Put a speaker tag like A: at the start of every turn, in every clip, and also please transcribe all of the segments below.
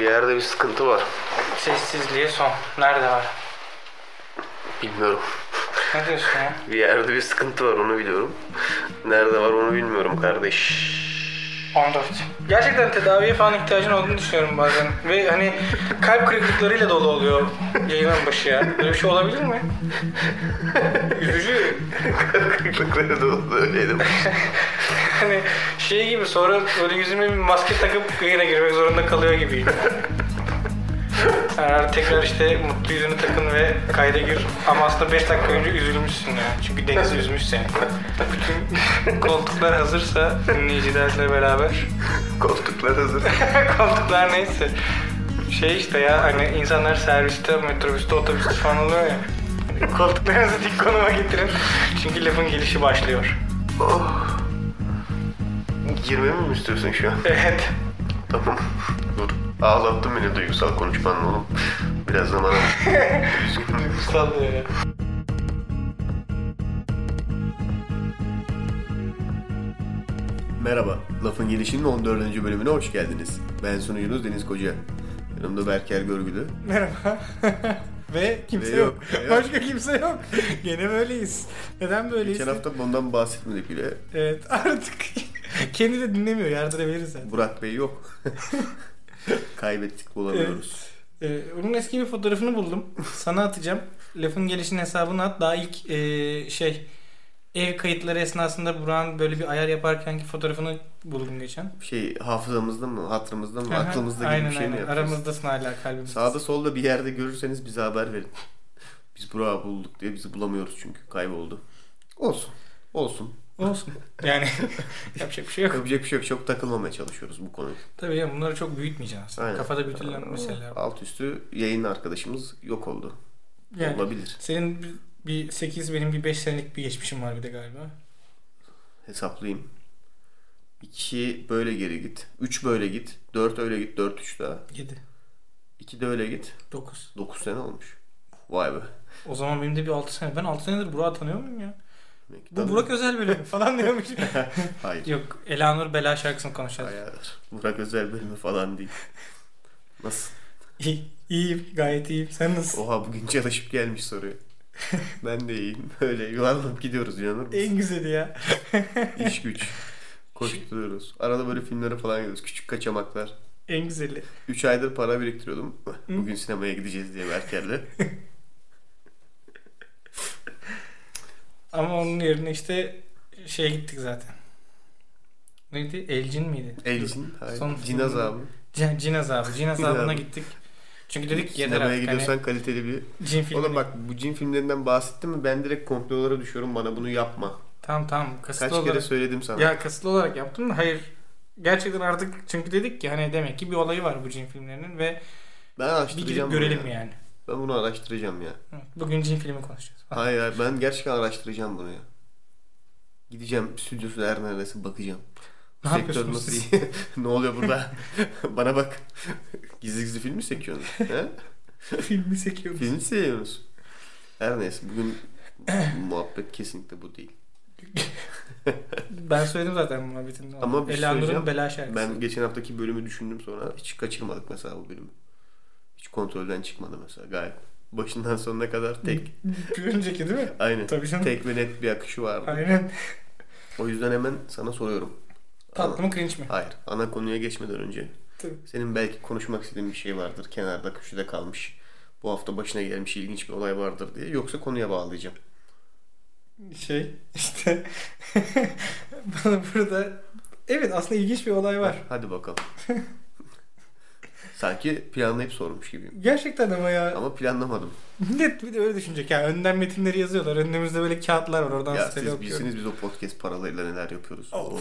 A: Bir yerde bir sıkıntı var.
B: Sessizliğe son. Nerede var?
A: Bilmiyorum.
B: Ne diyorsun ya?
A: Bir yerde bir sıkıntı var onu biliyorum. Nerede var onu bilmiyorum kardeş.
B: 14. Gerçekten tedaviye falan ihtiyacın olduğunu düşünüyorum bazen. Ve hani kalp kırıklıklarıyla dolu oluyor yayının başı ya. Böyle bir şey olabilir mi? Üzücü.
A: Kırıklıkları dolu öyleydim.
B: Hani şey gibi sonra böyle yüzüme bir maske takıp yayına girmek zorunda kalıyor gibiyim. Yani tekrar işte mutlu yüzünü takın ve kayda gir. Ama aslında 5 dakika önce üzülmüşsün yani. Çünkü Deniz üzmüş seni. Bütün koltuklar hazırsa dinleyicilerle beraber.
A: Koltuklar hazır.
B: Koltuklar neyse. Şey işte ya hani insanlar serviste, metrobüste, otobüste falan oluyor ya. Hani Koltuklarınızı dik konuma getirin. Çünkü lafın gelişi başlıyor.
A: Oh. Girmemi mi istiyorsun şu an?
B: Evet.
A: Tamam. Dur. Ağlattın beni duygusal konuşmanla oğlum. Biraz zaman al. Üzgünüm.
B: Duygusal diyor ya.
A: Merhaba, Lafın Gelişi'nin 14. bölümüne hoş geldiniz. Ben sunucunuz Deniz Koca. Yanımda Berker Görgülü.
C: Merhaba. Ve kimse
A: Ve
C: yok.
A: yok, ve yok.
C: Başka kimse yok. Gene böyleyiz. Neden böyleyiz?
A: Geçen hafta bundan bahsetmedik bile.
C: Evet artık kendi de dinlemiyor. Yardım edebiliriz zaten.
A: Burak Bey yok. Kaybettik bulamıyoruz.
C: Ee, onun eski bir fotoğrafını buldum. Sana atacağım. Lafın gelişinin hesabını at. Daha ilk ee, şey ev kayıtları esnasında Burak'ın böyle bir ayar yaparkenki fotoğrafını buldum geçen.
A: Şey hafızamızda mı, hatırımızda mı,
C: Aha,
A: aklımızda gibi
C: aynen,
A: bir şey mi
C: aynen.
A: yapacağız?
C: Aramızdasın hala kalbimizde.
A: Sağda solda bir yerde görürseniz bize haber verin. Biz Burak'ı bulduk diye bizi bulamıyoruz çünkü kayboldu. Olsun. Olsun.
C: Olsun. Yani yapacak bir şey yok.
A: Yapacak bir şey yok. Çok takılmamaya çalışıyoruz bu konuyu.
C: Tabii ya bunları çok büyütmeyeceksin aslında.
A: Aynen.
C: Kafada bütünlen meseleler.
A: Alt üstü yayın arkadaşımız yok oldu.
C: Yani
A: Olabilir.
C: Senin bir- bir 8 benim bir 5 senelik bir geçmişim var bir de galiba.
A: Hesaplayayım. 2 böyle geri git. 3 böyle git. 4 öyle git. 4 3 daha.
C: 7
A: 2 de öyle git.
C: 9.
A: 9 sene olmuş. Vay be.
C: O zaman benim de bir 6 sene. Ben 6 senedir Burak'ı tanıyor muyum ya?
A: Demek ki
C: Bu
A: tadı-
C: Burak Özel bölümü falan diyormuş.
A: Hayır.
C: Yok Elanur Bela şarkısını konuşacağız.
A: Hayır. Burak Özel bölümü falan değil. Nasıl?
C: İyi, iyiyim gayet iyiyim. Sen nasılsın?
A: Oha bugün çalışıp gelmiş soruyor. ben de iyiyim. Böyle yuvarlanıp gidiyoruz inanır mısın?
C: En güzeli ya.
A: İş güç. Koşturuyoruz. Arada böyle filmlere falan gidiyoruz. Küçük kaçamaklar.
C: En güzeli.
A: 3 aydır para biriktiriyordum. Bugün sinemaya gideceğiz diye Berker'le.
C: Ama onun yerine işte şeye gittik zaten. Neydi? Elcin miydi?
A: Elçin. Hayır.
C: Son
A: Cin azabı.
C: Cin, cin azabı. Cin azabına
A: azabı.
C: gittik. Çünkü dedik ki yeter
A: Sinemaya
C: artık.
A: gidiyorsan
C: Hani,
A: kaliteli bir...
C: cin filmi.
A: Oğlum bak bu cin filmlerinden bahsettim mi ben direkt komplolara düşüyorum bana bunu yapma.
C: Tamam tamam. Kasıtlı
A: Kaç
C: olarak-
A: kere söyledim sana.
C: Ya kasıtlı olarak yaptım da hayır. Gerçekten artık çünkü dedik ki hani demek ki bir olayı var bu cin filmlerinin ve
A: ben
C: bir gidip
A: araştıracağım bunu
C: görelim
A: ya.
C: yani.
A: Ben bunu araştıracağım ya.
C: Hı, Bugün cin filmi konuşacağız.
A: Hayır hayır, ben gerçekten araştıracağım bunu ya. Gideceğim stüdyosu her neresi bakacağım.
C: Ne
A: Sektör
C: yapıyorsunuz
A: nasıl
C: siz?
A: iyi? ne oluyor burada? Bana bak. Gizli gizli film mi sekiyorsunuz? He?
C: Filmi sekiyoruz.
A: Film mi seviyorsunuz? Her neyse bugün muhabbet kesinlikle bu değil.
C: Ben söyledim zaten muhabbetinde.
A: Ama bir şey söyleyeceğim.
C: Elanur'un bela şarkısı.
A: Ben geçen haftaki bölümü düşündüm sonra hiç kaçırmadık mesela bu bölümü. Hiç kontrolden çıkmadı mesela gayet. Başından sonuna kadar tek
C: Bir önceki değil mi?
A: aynı
C: Tabii canım.
A: tek ve net bir akışı vardı.
C: Aynen.
A: O yüzden hemen sana soruyorum.
C: Tatlı mı cringe mi?
A: Hayır. Ana konuya geçmeden önce.
C: Tabii.
A: Senin belki konuşmak istediğin bir şey vardır. Kenarda köşede kalmış. Bu hafta başına gelmiş ilginç bir olay vardır diye. Yoksa konuya bağlayacağım.
C: Şey işte bana burada evet aslında ilginç bir olay var.
A: Hadi bakalım. Sanki planlayıp sormuş gibiyim.
C: Gerçekten ama ya
A: Ama planlamadım.
C: millet bir de öyle düşünecek yani önden metinleri yazıyorlar. Önümüzde böyle kağıtlar var oradan
A: ya
C: sitede
A: siz
C: okuyorum.
A: bilsiniz biz o podcast paralarıyla neler yapıyoruz.
C: Of.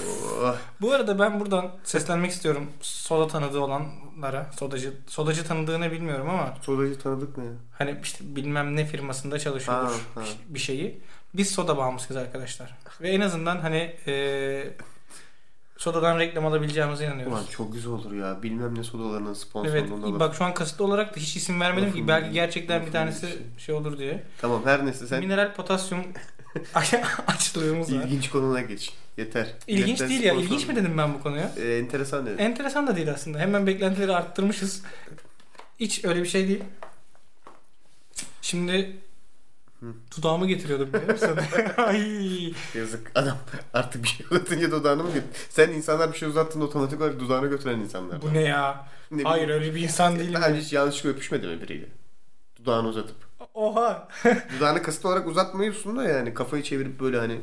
A: Oh.
C: Bu arada ben buradan seslenmek istiyorum soda tanıdığı olanlara. Sodacı sodacı tanıdığı ne bilmiyorum ama
A: Sodacı tanıdık mı ya?
C: hani işte bilmem ne firmasında çalışıyordur
A: Ha, ha.
C: bir şeyi. Biz soda bağımlısıyız arkadaşlar. Ve en azından hani e, sodadan reklam alabileceğimize inanıyoruz.
A: Ulan çok güzel olur ya. Bilmem ne sodalarının
C: Evet
A: sponsorluğunda da.
C: bak şu an kasıtlı olarak da hiç isim vermedim
A: Lafın
C: ki belki
A: bir-
C: gerçekten bir
A: lafın
C: tanesi
A: bir şey.
C: şey olur diye.
A: Tamam her neyse sen
C: Mineral potasyum açlığımız var.
A: İlginç konuna geç. Yeter.
C: İlginç
A: Yeter
C: değil ya.
A: spor
C: İlginç mi
A: sorunu.
C: dedim ben bu konuya?
A: Ee, enteresan dedim.
C: Enteresan da değil aslında. Hemen beklentileri arttırmışız. Hiç öyle bir şey değil. Şimdi dudağımı getiriyordum biliyor musun? Ay.
A: Yazık adam artık bir şey uzatınca dudağını mı götür? Sen insanlar bir şey uzattığında otomatik olarak dudağını götüren insanlar.
C: Bu ne ya?
A: Ne
C: Hayır
A: bileyim.
C: öyle bir insan değilim.
A: Daha önce hiç yanlışlıkla öpüşmedi mi biriyle? Dudağını uzatıp.
C: Oha.
A: Dudağını kasıt olarak uzatmıyorsun da yani kafayı çevirip böyle hani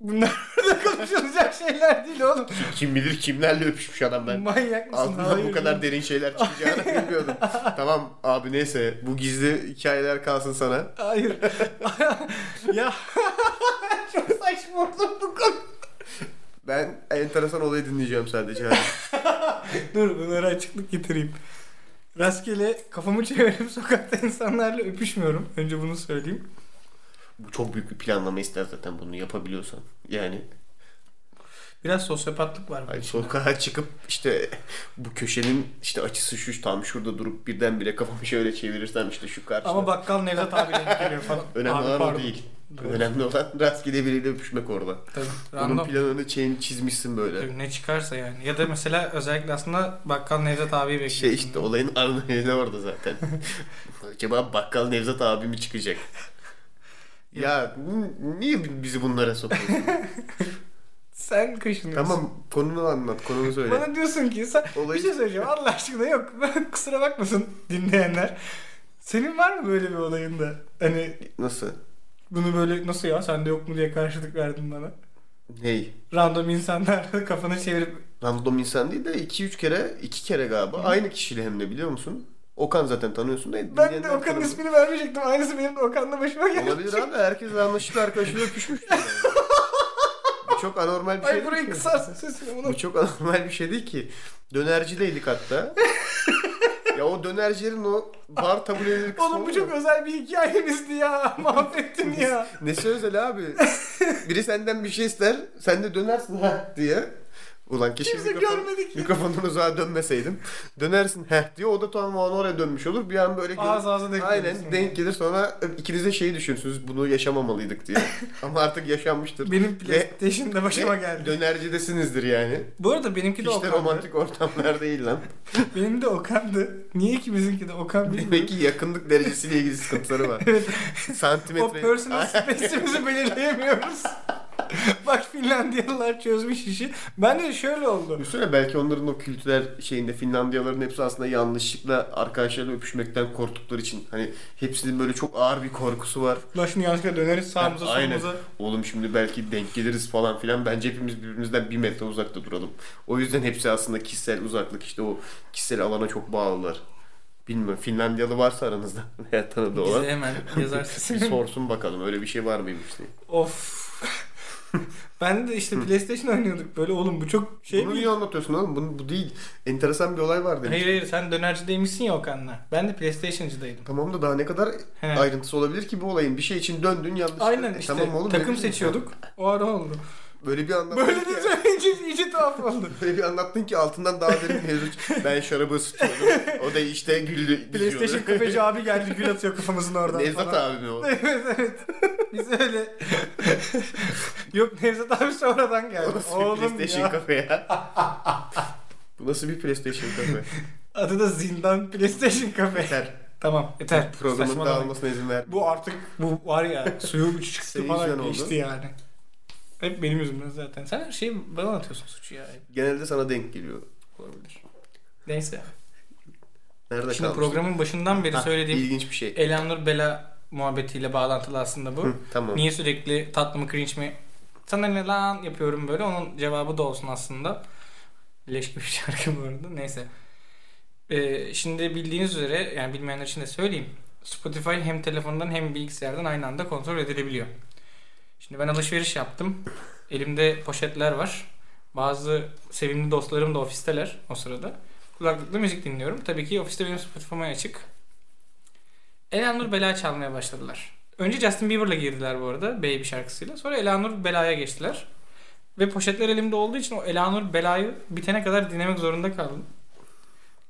C: Bunlar da konuşulacak şeyler değil oğlum.
A: kim bilir kimlerle öpüşmüş adam ben.
C: Manyak mısın?
A: Altından bu
C: Hayır.
A: kadar derin şeyler çıkacağını bilmiyordum. tamam abi neyse bu gizli hikayeler kalsın sana.
C: Hayır. ya çok saçma oldu bu konu.
A: Ben enteresan olayı dinleyeceğim sadece. Hadi.
C: Dur bunlara açıklık getireyim. Rastgele kafamı çevirip sokakta insanlarla öpüşmüyorum. Önce bunu söyleyeyim.
A: bu çok büyük bir planlama ister zaten bunu yapabiliyorsan. Yani
C: Biraz sosyopatlık var.
A: Ay, sokağa çıkıp işte bu köşenin işte açısı şu tam şurada durup birdenbire kafamı şöyle çevirirsem işte şu karşıda.
C: Ama bakkal Nevzat abiyle denk geliyor falan.
A: Önemli
C: Abi,
A: olan o
C: pardon.
A: değil.
C: Doğru.
A: Önemli olan rastgele biriyle öpüşmek orada.
C: Tabii.
A: Onun
C: Random.
A: planını çe- çizmişsin böyle.
C: Tabii, ne çıkarsa yani. Ya da mesela özellikle aslında bakkal Nevzat abiyi bekliyorsun.
A: Şey işte olayın anlayını orada zaten. Acaba bakkal Nevzat abi mi çıkacak? ya n- niye bizi bunlara sokuyorsun?
C: Sen kaşınıyorsun.
A: tamam konunu anlat, konunu söyle.
C: Bana diyorsun ki sen
A: Olayı-
C: bir şey söyleyeceğim Allah aşkına yok. Ben kusura bakmasın dinleyenler. Senin var mı böyle bir olayında? Hani
A: Nasıl?
C: bunu böyle nasıl ya sende yok mu diye karşılık verdin bana.
A: Ney?
C: Random insanlar kafanı çevirip
A: Random insan değil de 2-3 kere, 2 kere galiba aynı kişiyle hem de biliyor musun? Okan zaten tanıyorsun da.
C: ben de
A: dinleyenler
C: Okan'ın
A: tanımıyor.
C: ismini vermeyecektim. Aynısı benim de Okan'la başıma geldi.
A: Olabilir abi herkes anlaşıklı arkadaşıyla öpüşmüş. yani. Bu çok anormal bir şey.
C: Ay
A: değil
C: burayı
A: ki.
C: kısarsın sesini bunu.
A: Bu çok anormal bir şey değil ki. Dönercideydik hatta. ya o dönercilerin o bar tabureleri kısmı
C: Oğlum bu
A: var
C: çok
A: ya.
C: özel bir hikayemizdi ya. Mahvettin ya.
A: Nesi özel abi? Biri senden bir şey ister, sen de dönersin ha diye. Ulan keşke
C: Kimse
A: mikrofon-
C: görmedi ki.
A: mikrofondan uzağa dönmeseydim. Dönersin heh diye o da tam o an oraya dönmüş olur. Bir an böyle gör-
C: Ağız ağza denk
A: Aynen
C: geliyorsun.
A: denk gelir sonra ikiniz de şeyi düşünsünüz bunu yaşamamalıydık diye. Ama artık yaşanmıştır.
C: Benim
A: Ve-
C: PlayStation'da başıma geldi.
A: Dönercidesinizdir yani.
C: Bu arada benimki
A: Hiç
C: de
A: de
C: Okan'dı.
A: romantik ortamlar değil lan.
C: Benim de Okan'dı. Niye ki bizimki de Okan
A: Demek
C: bilmiyorum.
A: ki yakınlık derecesiyle ilgili sıkıntıları var. Santimetre.
C: O personal space'imizi belirleyemiyoruz. Bak Finlandiyalılar çözmüş işi. Ben de şöyle oldu.
A: Düşünsene belki onların o kültürel şeyinde Finlandiyaların hepsi aslında yanlışlıkla arkadaşlarla öpüşmekten korktukları için. Hani hepsinin böyle çok ağır bir korkusu var.
C: Ulan şimdi yanlışlıkla döneriz sağımıza
A: Ha, aynen.
C: solumuza.
A: Oğlum şimdi belki denk geliriz falan filan. Bence hepimiz birbirimizden bir metre uzakta duralım. O yüzden hepsi aslında kişisel uzaklık işte o kişisel alana çok bağlılar. Bilmiyorum Finlandiyalı varsa aranızda veya tanıdığı olan.
C: Bize hemen
A: Bir
C: yazarsın.
A: sorsun bakalım öyle bir şey var mıymış diye.
C: of. ben de işte PlayStation oynuyorduk böyle oğlum bu çok şey
A: Bunu
C: bir-
A: niye anlatıyorsun oğlum? Bunu, bu değil. Enteresan bir olay var demiş.
C: Hayır hayır sen dönercideymişsin ya Okan'la. Ben de PlayStation'cıdaydım.
A: Tamam da daha ne kadar
C: He.
A: ayrıntısı olabilir ki bu olayın? Bir şey için döndün yanlış. E,
C: Aynen işte takım
A: böyle-
C: seçiyorduk. O ara oldu.
A: Böyle bir anlattın
C: Böyle
A: ki.
C: de söyleyince iyice tuhaf oldu.
A: Böyle bir anlattın ki altından daha derin mevzu. çık- ben şarabı ısıtıyordum. O da işte güldü.
C: PlayStation
A: diziyordu.
C: kafeci abi geldi gül atıyor kafamızın oradan
A: Nevzat
C: falan.
A: abi mi o?
C: evet evet. Biz öyle. Yok Nevzat abi sonradan
A: O
C: geldi.
A: nasıl bir
C: Oğlum
A: PlayStation
C: ya.
A: kafe ya? bu nasıl bir PlayStation kafe?
C: Adı da Zindan PlayStation Cafe.
A: Yeter.
C: tamam yeter.
A: Programın
C: Saçmalamayın.
A: dağılmasına izin ver.
C: Bu artık bu var ya suyu üç çıktı
A: Senin
C: falan
A: yüzünden oldu.
C: geçti yani. Hep benim yüzümden zaten. Sen her şeyi bana atıyorsun suçu ya.
A: Genelde sana denk geliyor. Olabilir.
C: Neyse.
A: Nerede
C: Şimdi
A: kalmıştık?
C: programın başından beri
A: Ha,
C: söylediğim
A: İlginç bir şey.
C: Elanur Bela muhabbetiyle bağlantılı aslında bu.
A: Hı, tamam.
C: Niye sürekli tatlı mı cringe mi sana ne lan yapıyorum böyle onun cevabı da olsun aslında. Leş gibi bir şarkı bu arada neyse. Ee, şimdi bildiğiniz üzere yani bilmeyenler için de söyleyeyim. Spotify hem telefondan hem bilgisayardan aynı anda kontrol edilebiliyor. Şimdi ben alışveriş yaptım. Elimde poşetler var. Bazı sevimli dostlarım da ofisteler o sırada. Kulaklıkla müzik dinliyorum. Tabii ki ofiste benim Spotify'm açık. Elanur Bela çalmaya başladılar. Önce Justin Bieber'la girdiler bu arada Baby şarkısıyla. Sonra Elanur Bela'ya geçtiler. Ve poşetler elimde olduğu için o Elanur Bela'yı bitene kadar dinlemek zorunda kaldım.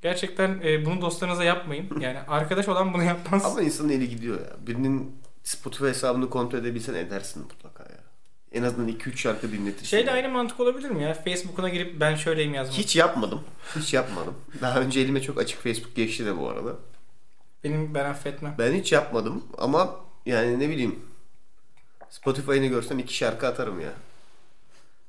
C: Gerçekten e, bunu dostlarınıza yapmayın. Yani arkadaş olan bunu yapmaz.
A: Ama insanın eli gidiyor ya. Birinin Spotify hesabını kontrol edebilsen edersin mutlaka ya. En azından 2-3 şarkı dinletirsin.
C: Şey de aynı mantık olabilir mi ya? Facebook'una girip ben şöyleyim yazmak.
A: Hiç yapmadım. Hiç yapmadım. Daha önce elime çok açık Facebook geçti de bu arada.
C: Benim ben affetmem.
A: Ben hiç yapmadım ama yani ne bileyim Spotify'ını görsem iki şarkı atarım ya.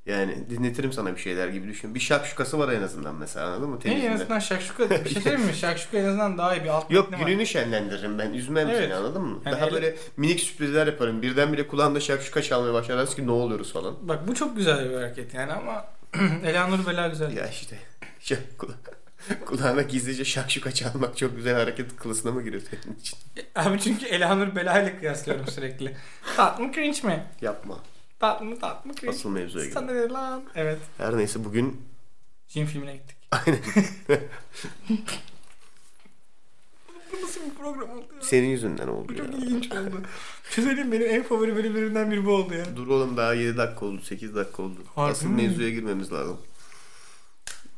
A: Yani dinletirim sana bir şeyler gibi düşün. Bir şakşukası var en azından mesela anladın mı?
C: Ne en
A: Temizinde.
C: azından şakşuka bir şey söyleyeyim mi? Şakşuka en azından daha iyi bir alt
A: Yok
C: metni var.
A: gününü şenlendiririm ben. Üzmem
C: Evet.
A: seni anladın mı?
C: Yani
A: Daha
C: ele-
A: böyle minik sürprizler yaparım. Birdenbire kulağında şakşuka çalmaya başlarız ki ne oluyoruz falan.
C: Bak bu çok güzel bir hareket yani ama Eleanor Bela güzel.
A: Ya işte şak- kula- kulağına gizlice şakşuka çalmak çok güzel hareket kılısına mı giriyor senin için?
C: Abi çünkü Eleanor Bela ile kıyaslıyorum sürekli. tatlı mı cringe mi?
A: Yapma.
C: Tatlı mı tatlı mı cringe?
A: Asıl mevzuya gel.
C: Sana ne lan? Evet.
A: Her neyse bugün
C: Jim filmine gittik.
A: aynen
C: Bu nasıl bir program oldu ya?
A: senin yüzünden oldu
C: Bu
A: ya.
C: çok ilginç oldu. Çözelim benim en favori bölümlerimden biri bu oldu ya.
A: Dur oğlum daha 7 dakika oldu 8 dakika oldu.
C: Harbi
A: Asıl
C: mi?
A: mevzuya girmemiz lazım.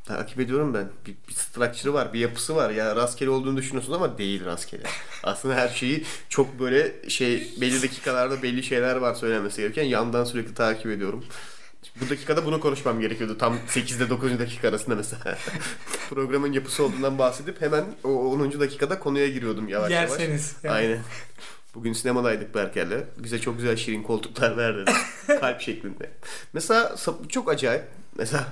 A: Takip ediyorum ben. Bir, bir structure'ı var, bir yapısı var. Ya rastgele olduğunu düşünüyorsun ama değil rastgele. Aslında her şeyi çok böyle şey belli dakikalarda belli şeyler var söylenmesi gereken yandan sürekli takip ediyorum. Bu dakikada bunu konuşmam gerekiyordu. Tam 8 ile 9. dakika arasında mesela. Programın yapısı olduğundan bahsedip hemen o 10. dakikada konuya giriyordum yavaş yavaş.
C: Yerseniz. yani.
A: Aynen. Bugün sinemadaydık Berker'le. Bize çok güzel şirin koltuklar verdi. Kalp şeklinde. Mesela sap- çok acayip. Mesela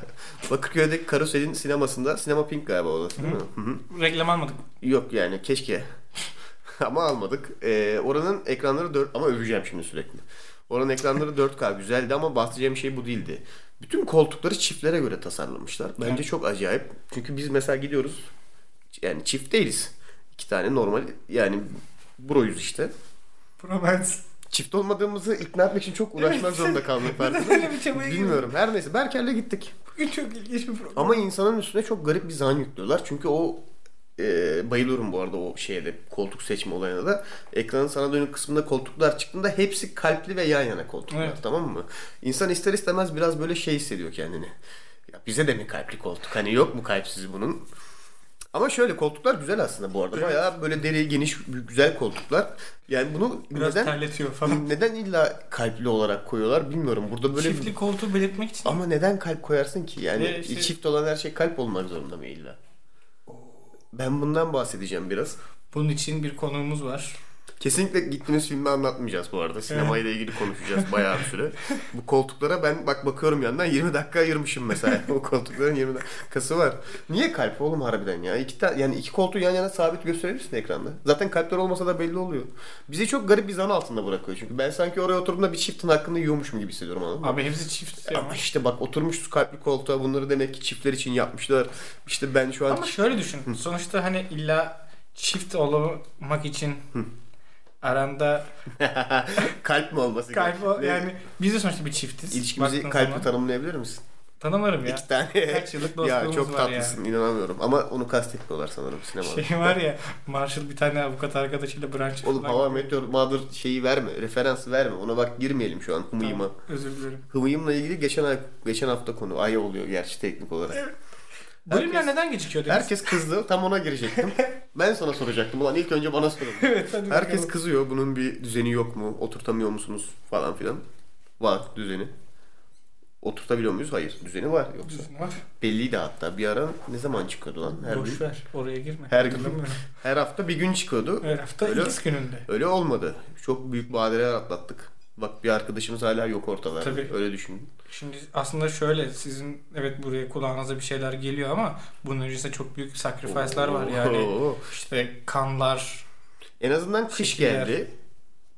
A: Bakırköy'deki Karusel'in sinemasında sinema Pink galiba odası değil mi? Hı hı.
C: Reklam almadık.
A: Yok yani keşke. ama almadık. Ee, oranın ekranları 4 ama öveceğim şimdi sürekli. Oranın ekranları 4K güzeldi ama bahsedeceğim şey bu değildi. Bütün koltukları çiftlere göre tasarlamışlar. Bence çok acayip. Çünkü biz mesela gidiyoruz. Yani çift değiliz. İki tane normal yani broyuz işte.
C: Promens.
A: Çift olmadığımızı ikna etmek için çok uğraşmak zorunda kalmak farkında.
C: Böyle bir çabaya girdim.
A: Bilmiyorum. Her neyse Berker'le gittik.
C: Bugün çok ilginç bir program.
A: Ama insanın üstüne çok garip bir zan yüklüyorlar. Çünkü o e, bayılıyorum bu arada o şeye de koltuk seçme olayına da. Ekranın sana dönük kısmında koltuklar çıktığında hepsi kalpli ve yan yana koltuklar
C: Evet.
A: tamam mı? İnsan ister istemez biraz böyle şey hissediyor kendini. Ya bize de mi kalpli koltuk? Hani yok mu kalpsiz bunun? Ama şöyle koltuklar güzel aslında bu arada. Bayağı böyle deri geniş güzel koltuklar. Yani bunu
C: Biraz
A: neden
C: terletiyor falan.
A: neden illa kalpli olarak koyuyorlar bilmiyorum. Burada böyle
C: Çiftli koltuğu belirtmek için.
A: ama neden kalp koyarsın ki? Yani
C: Ve şey-
A: çift olan her şey kalp olmak zorunda mı illa? Ben bundan bahsedeceğim biraz.
C: Bunun için bir konuğumuz var.
A: Kesinlikle gittiğimiz filmi anlatmayacağız bu arada. Sinemayla ilgili konuşacağız bayağı bir süre. Bu koltuklara ben bak bakıyorum yandan 20 dakika ayırmışım mesela. o koltukların 20 dakikası var. Niye kalp oğlum harbiden ya? İki ta- yani iki koltuğu yan yana sabit gösterebilirsin ekranda. Zaten kalpler olmasa da belli oluyor. Bizi çok garip bir zan altında bırakıyor çünkü. Ben sanki oraya oturduğumda bir çiftin hakkını yiyormuşum gibi hissediyorum anladın mı?
C: Abi hepsi çift.
A: Ama işte bak oturmuşuz kalpli koltuğa bunları demek ki çiftler için yapmışlar. İşte ben şu an
C: Ama şöyle düşün. Sonuçta hani illa çift olmak için aranda
A: kalp mi olması
C: kalp
A: Ne-
C: yani biz de sonuçta bir çiftiz.
A: ilişkimizi
C: Baktığın
A: kalple
C: zaman.
A: tanımlayabilir misin?
C: tanımarım ya.
A: İki tane.
C: Kaç yıllık
A: ya
C: dostluğumuz
A: çok
C: var
A: tatlısın inanamıyorum ama onu kastetmiyorlar sanırım sinemada.
C: ya. Şey var ya Marshall bir tane avukat arkadaşıyla branş.
A: Oğlum hava meteor mağdur şeyi verme, referansı verme. Ona bak girmeyelim şu an hımıyıma.
C: Özür dilerim.
A: Hımıyımla ilgili geçen ay, geçen hafta konu. Ay oluyor gerçi teknik olarak.
C: Bölümler
A: Herkes-
C: neden gecikiyor Deniz?
A: Herkes kızdı. Tam ona girecektim. Ben sana soracaktım. Ulan ilk önce bana sorun.
C: Evet, hadi
A: Herkes
C: bakalım.
A: kızıyor. Bunun bir düzeni yok mu? Oturtamıyor musunuz? Falan filan. Var düzeni. Oturtabiliyor muyuz? Hayır. Düzeni var yoksa.
C: Var.
A: Belliydi hatta. Bir ara ne zaman çıkıyordu lan? Her gün.
C: Boş ver. Oraya girme.
A: Her gün.
C: Hatırlamıyorum.
A: Her hafta bir gün çıkıyordu.
C: Her hafta
A: Öyle-
C: X gününde.
A: Öyle olmadı. Çok büyük badireler atlattık. Bak bir arkadaşımız hala yok ortalarda.
C: Tabii.
A: Öyle düşünün.
C: Şimdi aslında şöyle sizin evet buraya kulağınıza bir şeyler geliyor ama bunun öncesinde çok büyük sacrifice'lar var yani.
A: Oo.
C: İşte kanlar.
A: En azından kış
C: Şekiller.
A: geldi.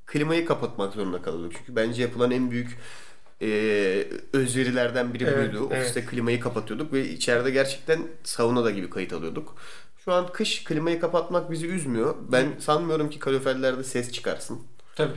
A: Klimayı kapatmak zorunda kalıyorduk. Çünkü bence yapılan en büyük e, özverilerden biri
C: Evet,
A: buydu. Ofiste klimayı kapatıyorduk ve içeride gerçekten sauna da gibi kayıt alıyorduk. Şu an kış klimayı kapatmak bizi üzmüyor. Ben sanmıyorum ki kaloriferlerde ses çıkarsın.
C: Tabii.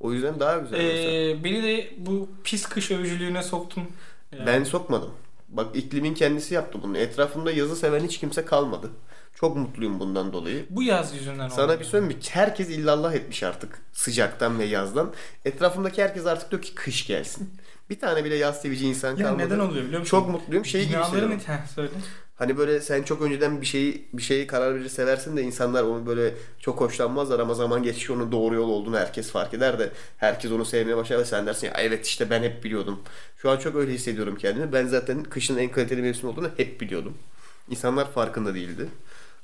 A: O yüzden daha güzel. mesela.
C: Ee, beni de bu pis kış övücülüğüne soktun. Yani
A: Ben sokmadım. Bak iklimin kendisi yaptı bunu. Etrafımda yazı seven hiç kimse kalmadı. Çok mutluyum bundan dolayı.
C: Bu yaz yüzünden oldu.
A: Sana bir söyleyeyim mi? Herkes illallah etmiş artık sıcaktan ve yazdan. Etrafımdaki herkes artık diyor ki kış gelsin. Bir tane bile yaz sevici insan
C: ya
A: kalmadı.
C: neden oluyor biliyor musun?
A: Çok mutluyum. Şey gibi
C: Binaların
A: hissediyorum.
C: et- Heh, söyle.
A: Hani böyle sen çok önceden bir şeyi bir şeyi karar verir seversin de insanlar onu böyle çok hoşlanmazlar ama zaman geçişi onun doğru yol olduğunu herkes fark eder de herkes onu sevmeye başlar ve sen dersin ya evet işte ben hep biliyordum. Şu an çok öyle hissediyorum kendimi. Ben zaten kışın en kaliteli mevsim olduğunu hep biliyordum. İnsanlar farkında değildi.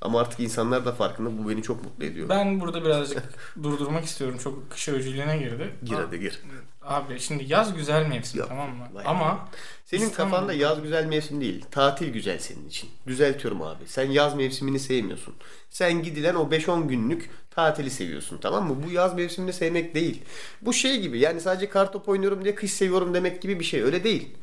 A: Ama artık insanlar da farkında. Bu beni çok mutlu ediyor.
C: Ben burada birazcık durdurmak istiyorum. Çok kış öcülüğüne girdi.
A: Gir hadi gir.
C: Abi şimdi yaz güzel mevsim
A: Yok,
C: tamam mı?
A: vay
C: Ama
A: Senin
C: İstanbul'da-
A: kafanda yaz güzel mevsim değil. Tatil güzel senin için. Düzeltiyorum abi. Sen yaz mevsimini sevmiyorsun. Sen gidilen o 5-10 günlük tatili seviyorsun tamam mı? Bu yaz mevsimini sevmek değil. Bu şey gibi yani sadece kartop oynuyorum diye kış seviyorum demek gibi bir şey. Öyle değil.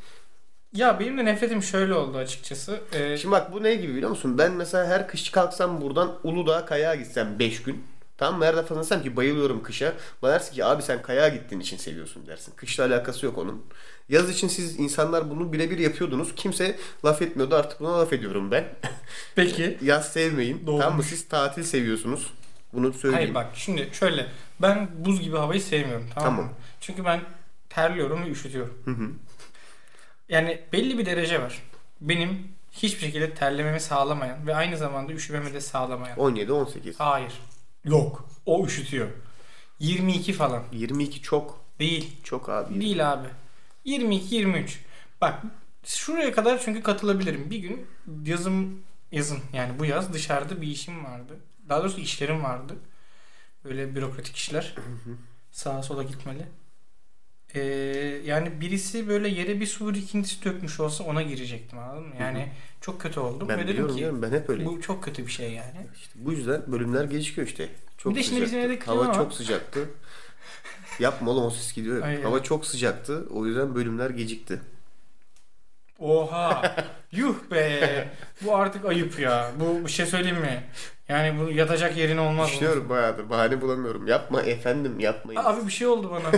C: ya benim de nefretim şöyle oldu açıkçası. Ee,
A: Şimdi bak bu ne gibi biliyor musun? Ben mesela her kış kalksam buradan Uludağ'a kayağa gitsem 5 gün. Tamam mı? Her defa desem ki bayılıyorum kışa. Bana dersin ki abi sen kayağa gittiğin için seviyorsun dersin. Kışla alakası yok onun. Yaz için siz insanlar bunu birebir yapıyordunuz. Kimse laf etmiyordu artık buna laf ediyorum ben.
C: peki
A: Yaz sevmeyin.
C: Doğru.
A: Tamam mı? Siz tatil seviyorsunuz. Bunu söyleyeyim.
C: Hayır bak şimdi şöyle ben buz gibi havayı sevmiyorum tamam, mı?
A: Tamam.
C: Çünkü ben terliyorum ve üşütüyorum.
A: Hı hı.
C: Yani belli bir derece var. Benim hiçbir şekilde terlememi sağlamayan ve aynı zamanda üşümemi de sağlamayan.
A: 17-18.
C: Hayır. Yok. O üşütüyor. 22 falan.
A: 22 çok.
C: Değil.
A: Çok abi.
C: Değil abi. 22 23. Bak şuraya kadar çünkü katılabilirim. Bir gün yazım yazın yani bu yaz dışarıda bir işim vardı. Daha doğrusu işlerim vardı. Böyle bürokratik işler. Sağa sola gitmeli. Ee, yani birisi böyle yere bir su birikintisi dökmüş olsa ona girecektim anladın mı? Yani çok kötü oldum.
A: Ben
C: Ve dedim
A: biliyorum
C: ki
A: diyorum. Ben hep öyleyim.
C: bu çok kötü bir şey yani.
A: İşte bu yüzden bölümler gecikiyor işte. Çok
C: Bir de şimdi
A: sıcaktı.
C: bizim evde klima
A: Hava
C: var.
A: çok sıcaktı. Yapma oğlum o ses gidiyor.
C: Ay,
A: Hava çok sıcaktı. O yüzden bölümler gecikti.
C: Oha. Yuh be. Bu artık ayıp ya. Bu bir şey söyleyeyim mi? Yani bu yatacak yerin olmaz. bunun.
A: Düşünüyorum bayağıdır. Bahane bulamıyorum. Yapma efendim yapmayın.
C: Abi bir şey oldu bana.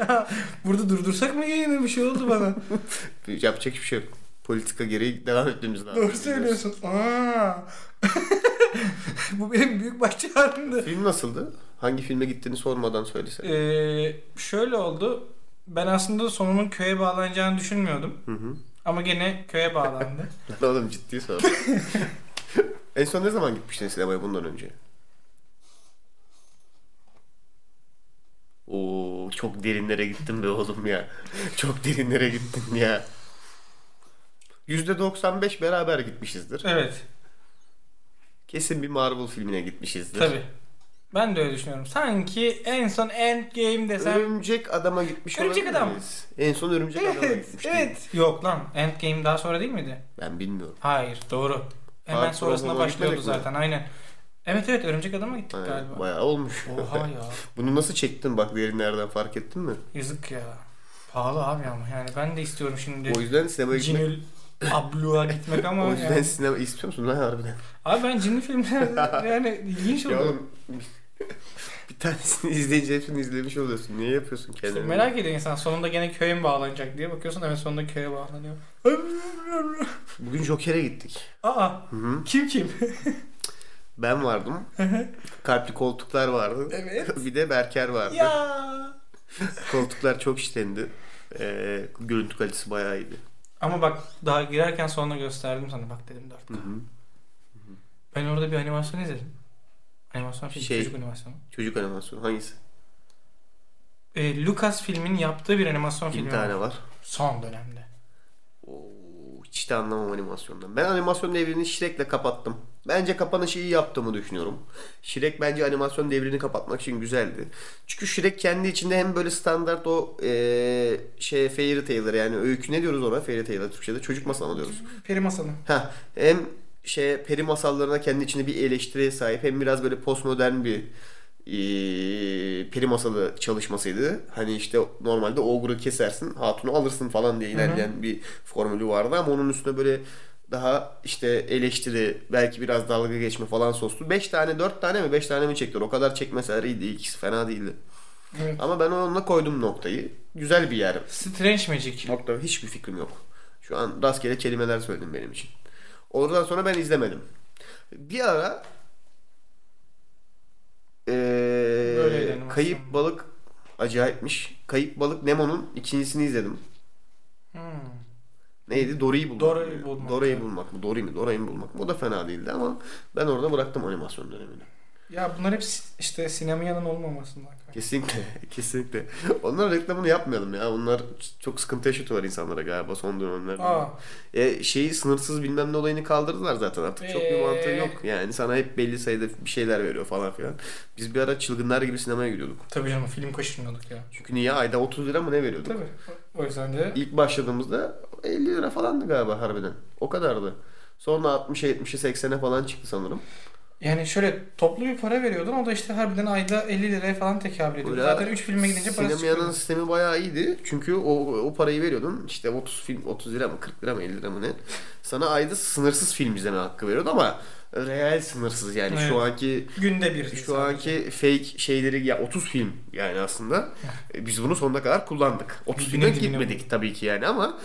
C: ya, burada durdursak mı yayını? Bir şey oldu bana.
A: Yapacak hiçbir şey yok. Politika gereği devam etmemiz lazım.
C: Doğru söylüyorsun. Aa. Bu benim büyük baş çağrımdı.
A: Film nasıldı? Hangi filme gittiğini sormadan söylesene.
C: Ee, şöyle oldu. Ben aslında sonunun köye bağlanacağını düşünmüyordum.
A: Hı hı.
C: Ama gene köye bağlandı.
A: Lan oğlum ciddi sor. en son ne zaman gitmiştin sinemaya bundan önce? Oo çok derinlere gittim be oğlum ya. Çok derinlere gittim ya. %95 beraber gitmişizdir.
C: evet.
A: Kesin bir Marvel filmine gitmişizdir.
C: Tabi. Ben de öyle düşünüyorum. Sanki en son Endgame desem.
A: Örümcek adama gitmiş
C: Örümcek
A: olabilir
C: adam.
A: miyiz? En son örümcek adama
C: evet,
A: gitmiştim.
C: evet. Yok lan. Endgame daha sonra değil miydi?
A: Ben bilmiyorum.
C: Hayır, doğru. Hemen
A: Far From
C: sonrasına
A: Home'a
C: başlıyordu
A: gitmedik mi?
C: zaten. Aynen. Evet evet örümcek adama gittik
A: Aynen,
C: galiba.
A: Bayağı olmuş.
C: Oha ya.
A: Bunu nasıl çektin bak derinlerden fark ettin mi?
C: Yazık ya. Pahalı abi ama yani ben de istiyorum şimdi.
A: O yüzden sinemaya gitmek
C: Cinül Abluğa gitmek ama
A: O yüzden
C: yani.
A: sinema istiyor musun lan harbiden?
C: Abi ben cinli filmlerde yani ilginç
A: Ya
C: oluyor.
A: oğlum bir tanesini izleyince hepsini izlemiş oluyorsun. Niye yapıyorsun kendini?
C: Merak ediyor insan sonunda gene köye mi bağlanacak diye bakıyorsun evet sonunda köye bağlanıyor.
A: Bugün Joker'e gittik.
C: Aa
A: Hı hı.
C: kim kim?
A: Ben vardım. Kalpli koltuklar vardı.
C: Evet.
A: bir de Berker vardı.
C: ya.
A: Koltuklar çok işlendi. Ee, görüntü kalitesi bayağı iyiydi.
C: Ama bak daha girerken sonra gösterdim sana bak dedim 4K.
A: Hı hı.
C: Ben orada bir animasyon izledim. Animasyon film,
A: Şey-
C: çocuk animasyonu.
A: Çocuk animasyonu hangisi?
C: Ee, Lucas filmin yaptığı bir animasyon
A: Bir
C: filmi
A: tane
C: var.
A: var.
C: Son dönemde.
A: Oo, hiç de anlamam animasyondan. Ben animasyon devrini Shrek'le kapattım. Bence kapanışı iyi yaptığımı düşünüyorum. Shrek bence animasyon devrini kapatmak için güzeldi. Çünkü Shrek kendi içinde hem böyle standart o eee, şey fairy tale'ları yani öykü ne diyoruz ona fairy tale'ı Türkçe'de çocuk masalı diyoruz.
C: Peri masalı.
A: Ha, hem şey peri masallarına kendi içinde bir eleştiriye sahip hem biraz böyle postmodern bir eee, peri masalı çalışmasıydı. Hani işte normalde ogre'ı kesersin, hatunu alırsın falan diye ilerleyen bir formülü vardı ama onun üstüne böyle daha işte eleştiri, belki biraz dalga geçme falan sostu. 5 tane, 4 tane mi, 5 tane mi çektiler? O kadar çekmeseler iyiydi. İkisi fena değildi.
C: Evet.
A: Ama ben onunla koydum noktayı. Güzel bir yer
C: Strange Magic.
A: Nokta hiçbir fikrim yok. Şu an rastgele kelimeler söyledim benim için. Oradan sonra ben izlemedim. Bir ara eee,
C: Böyleydi animasyon.
A: Kayıp Balık acayipmiş. Kayıp Balık Nemo'nun ikincisini izledim.
C: Hmm.
A: Neydi? Dory'yi bulmak.
C: Dora'yı
A: mı?
C: bulmak.
A: Dora'yı bulmak mı? Dory mi? Dora'yı mı bulmak mı? O da fena değildi ama ben orada bıraktım animasyon dönemini.
C: Ya bunlar hep si- işte sinemyanın olmamasından. kaynaklı.
A: Kesinlikle. Kesinlikle. Onlar reklamını yapmayalım ya. Onlar çok sıkıntı yaşatıyorlar insanlara galiba son dönemlerde.
C: Aa,
A: E, şeyi sınırsız bilmem ne olayını kaldırdılar zaten artık. Çok bir
C: Ee.
A: mantığı yok. Yani sana hep belli sayıda bir şeyler veriyor falan filan. Biz bir ara çılgınlar gibi sinemaya gidiyorduk.
C: tabii canım film kaçırmıyorduk ya.
A: Çünkü niye ayda 30 lira mı ne veriyorduk?
C: Tabii. O yüzden de
A: İlk başladığımızda 50 lira falandı galiba harbiden. O kadardı. Sonra 60'a 70'e 80'e falan çıktı sanırım.
C: yani şöyle toplu bir para veriyordun o da işte harbiden ayda 50 liraya falan tekabül ediyor.
A: Böyle
C: Zaten 3 filme gidince parası
A: Sinemayanın
C: çıkıyor.
A: sistemi bayağı iyiydi. Çünkü o, o parayı veriyordun. İşte 30 film 30 lira mı 40 lira mı 50 lira mı ne? Sana ayda sınırsız film izleme hakkı veriyordu ama real sınırsız yani
C: Evet.
A: şu anki
C: Günde bir.
A: Şu anki fake şeyleri ya 30 film yani aslında E, biz bunu sonuna kadar kullandık. 30
C: Dibine
A: filme
C: dibine
A: gitmedik tabii ki yani ama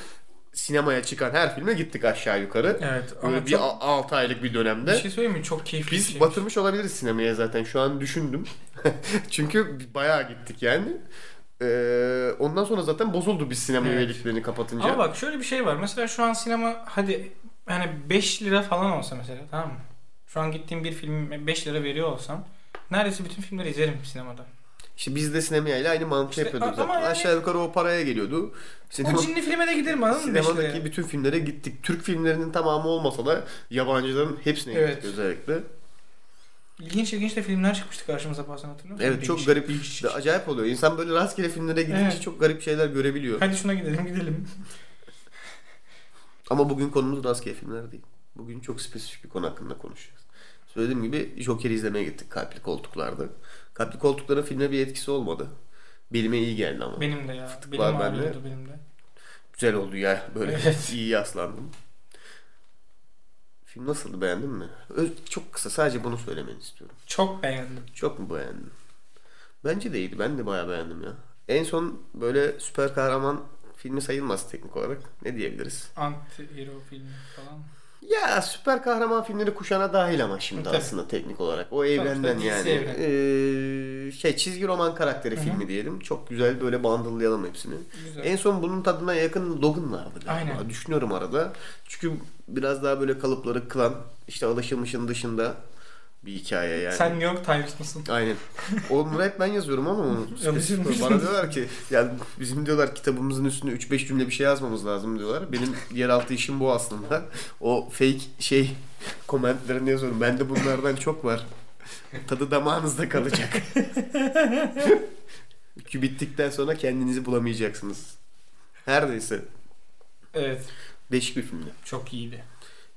A: sinemaya çıkan her filme gittik aşağı yukarı.
C: Evet ama
A: Böyle bir
C: çok,
A: 6 aylık bir
C: bir
A: dönemde.
C: şey söyleyeyim mi? Çok keyifli bir şey.
A: Biz
C: şeymiş.
A: batırmış olabiliriz sinemaya zaten şu an düşündüm. Çünkü bayağı gittik yani. Ee, ondan sonra zaten bozuldu biz sinema
C: Evet.
A: üyeliklerini kapatınca.
C: Ama bak şöyle bir şey var. Mesela şu an sinema hadi hani 5 lira falan olsa mesela tamam mı? Şu an gittiğim bir filme 5 lira veriyor olsam neredeyse bütün filmleri izlerim sinemada.
A: İşte biz de sinemaya ile aynı mantığı
C: İşte
A: yapıyorduk
C: ama
A: zaten.
C: yani-
A: Aşağı yukarı o paraya geliyordu. Sinema...
C: O cinli filme de giderim anladın mı? 5 liraya.
A: Sinemadaki bütün filmlere gittik. Türk filmlerinin tamamı olmasa da yabancıların hepsine
C: Evet.
A: gittik özellikle.
C: İlginç ilginç de filmler çıkmıştı karşımıza bazen hatırlıyor musun?
A: Evet çok
C: Değişik,
A: garip.
C: değişik.
A: Acayip oluyor. İnsan böyle rastgele filmlere gidince
C: Evet.
A: çok garip şeyler görebiliyor.
C: Hadi şuna gidelim gidelim.
A: Ama bugün konumuz rastgele filmler değil. Bugün çok spesifik bir konu hakkında konuşacağız. Söylediğim gibi Joker'i izlemeye gittik kalpli koltuklarda. Kalpli koltukların filme bir etkisi olmadı. Bilime iyi geldi ama.
C: Benim de ya. Benim
A: var
C: ağrıyordu benim de.
A: Güzel oldu ya. Böyle
C: Evet.
A: iyi yaslandım. Film nasıldı beğendin mi? Öz- Çok kısa sadece bunu söylemeni istiyorum.
C: Çok beğendim.
A: Çok mu beğendin? Bence de iyiydi. Ben de bayağı beğendim ya. En son böyle süper kahraman filmi sayılmaz teknik olarak. Ne diyebiliriz?
C: Anti hero filmi falan.
A: Ya süper kahraman filmleri kuşana dahil ama şimdi
C: Tabii.
A: aslında teknik olarak. O evrenden
C: tabii,
A: yani.
C: DC evren.
A: Ee, şey çizgi roman karakteri filmi diyelim. Çok güzel böyle bandıllayalım hepsini.
C: Güzel.
A: En son bunun tadına yakın Logan vardı galiba.
C: Aynen.
A: Düşünüyorum arada. Çünkü biraz daha böyle kalıpları kılan işte alışılmışın dışında bir hikaye yani.
C: Sen New York Times mısın?
A: Aynen. Onları hep ben yazıyorum ama onu spesifik
C: Yazıyorum.
A: olarak. bana diyorlar ki yani bizim diyorlar kitabımızın üstüne 3-5 cümle bir şey yazmamız lazım diyorlar. Benim yeraltı işim bu aslında. O fake şey komentlerini yazıyorum. Bende bunlardan çok var. Tadı damağınızda kalacak. Ki bittikten sonra kendinizi bulamayacaksınız. Her neyse.
C: Evet.
A: Değişik bir filmdi.
C: Çok iyiydi.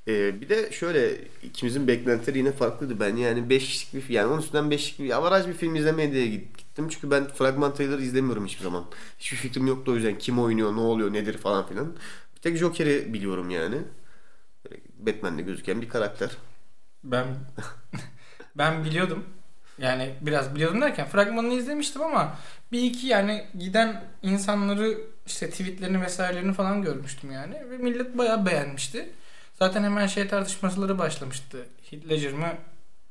A: Ee, bir de şöyle ikimizin beklentileri yine farklıydı. Ben yani 5'lik bir fi- yani onun üstünden 5'lik bir avaraj bir film izlemeye diye git- gittim. Çünkü ben fragman trailer izlemiyorum hiçbir zaman. Hiçbir fikrim yoktu o yüzden kim oynuyor, ne oluyor, nedir falan filan. Bir tek Joker'i biliyorum yani. Böyle Batman'de gözüken bir karakter.
C: Ben ben biliyordum. Yani biraz biliyordum derken fragmanını izlemiştim ama bir iki yani giden insanları işte tweetlerini vesairelerini falan görmüştüm yani ve millet bayağı beğenmişti. Zaten hemen şey tartışmaları başlamıştı. Heath Ledger mi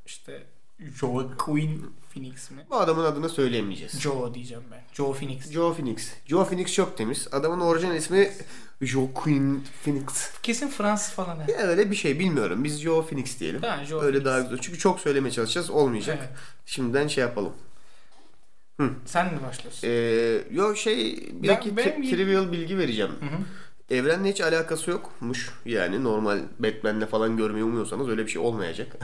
C: işte Joaquin Phoenix mi?
A: Bu adamın adını söyleyemeyeceğiz.
C: Joe diyeceğim ben. Joe Phoenix.
A: Joe Phoenix. Joe Phoenix çok temiz. Adamın orijinal ismi Joaquin Phoenix.
C: Kesin Fransız falan. ha.
A: Ya öyle bir şey bilmiyorum. Biz Joe Phoenix diyelim.
C: Tamam, Joe
A: Öyle
C: Phoenix.
A: daha güzel. Çünkü çok söylemeye çalışacağız. Olmayacak.
C: Evet.
A: Şimdiden şey yapalım.
C: Sen mi başlıyorsun?
A: Ee, yo şey bir
C: Ben-
A: iki
C: benim-
A: tri- trivial bilgi vereceğim. Evrenle hiç alakası yokmuş. Yani normal Batman'le falan görmeyi umuyorsanız öyle bir şey olmayacak.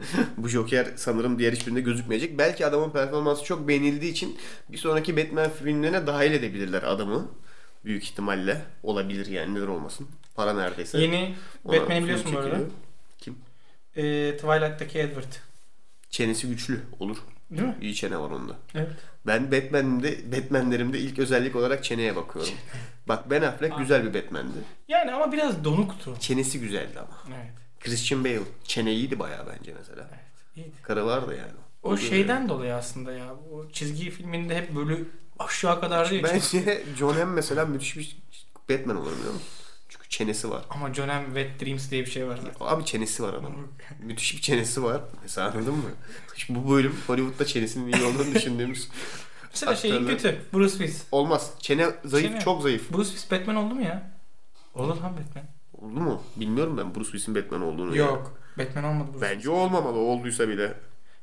A: Bu Joker sanırım diğer hiçbirinde gözükmeyecek. Belki adamın performansı çok beğenildiği için bir sonraki Batman filmlerine dahil edebilirler adamı. Büyük ihtimalle olabilir yani neden olmasın. Para neredeyse.
C: Yeni
A: Ona
C: Batman'i
A: film
C: biliyorsun bu arada.
A: çekiliyor. Kim?
C: Ee, Twilight'taki Edward.
A: Çenesi güçlü olur.
C: Değil mi?
A: İyi çene var onda.
C: Evet.
A: Ben Batman'imde, Batman'lerimde ilk özellik olarak çeneye bakıyorum. Bak Ben Affleck güzel bir Batman'di.
C: Yani ama biraz donuktu.
A: Çenesi güzeldi ama.
C: Evet.
A: Christian Bale çene iyiydi bayağı bence mesela.
C: Evet. iyiydi.
A: Karı vardı yani.
C: O şeyden dolayı aslında ya. O çizgi filminde hep böyle aşağı kadar değil.
A: Bence John Hamm mesela müthiş bir Batman olur biliyor musun? Çünkü çenesi var.
C: Ama John M. Wet Dreams diye bir şey var zaten.
A: Abi çenesi var adamın. Müthiş bir çenesi var. Mesela anladın mı? Şimdi bu bölüm Hollywood'da çenesinin iyi olduğunu düşündüğümüz.
C: Mesela şey
A: Aktörler-
C: kötü. Bruce Willis.
A: Olmaz. Çene zayıf,
C: Çene.
A: çok zayıf.
C: Bruce Willis Batman oldu mu ya? Olur lan Batman.
A: Oldu mu? Bilmiyorum ben Bruce Willis'in Batman olduğunu. ya.
C: Yok. Batman olmadı Bruce.
A: Bence olmamalı olduysa bile.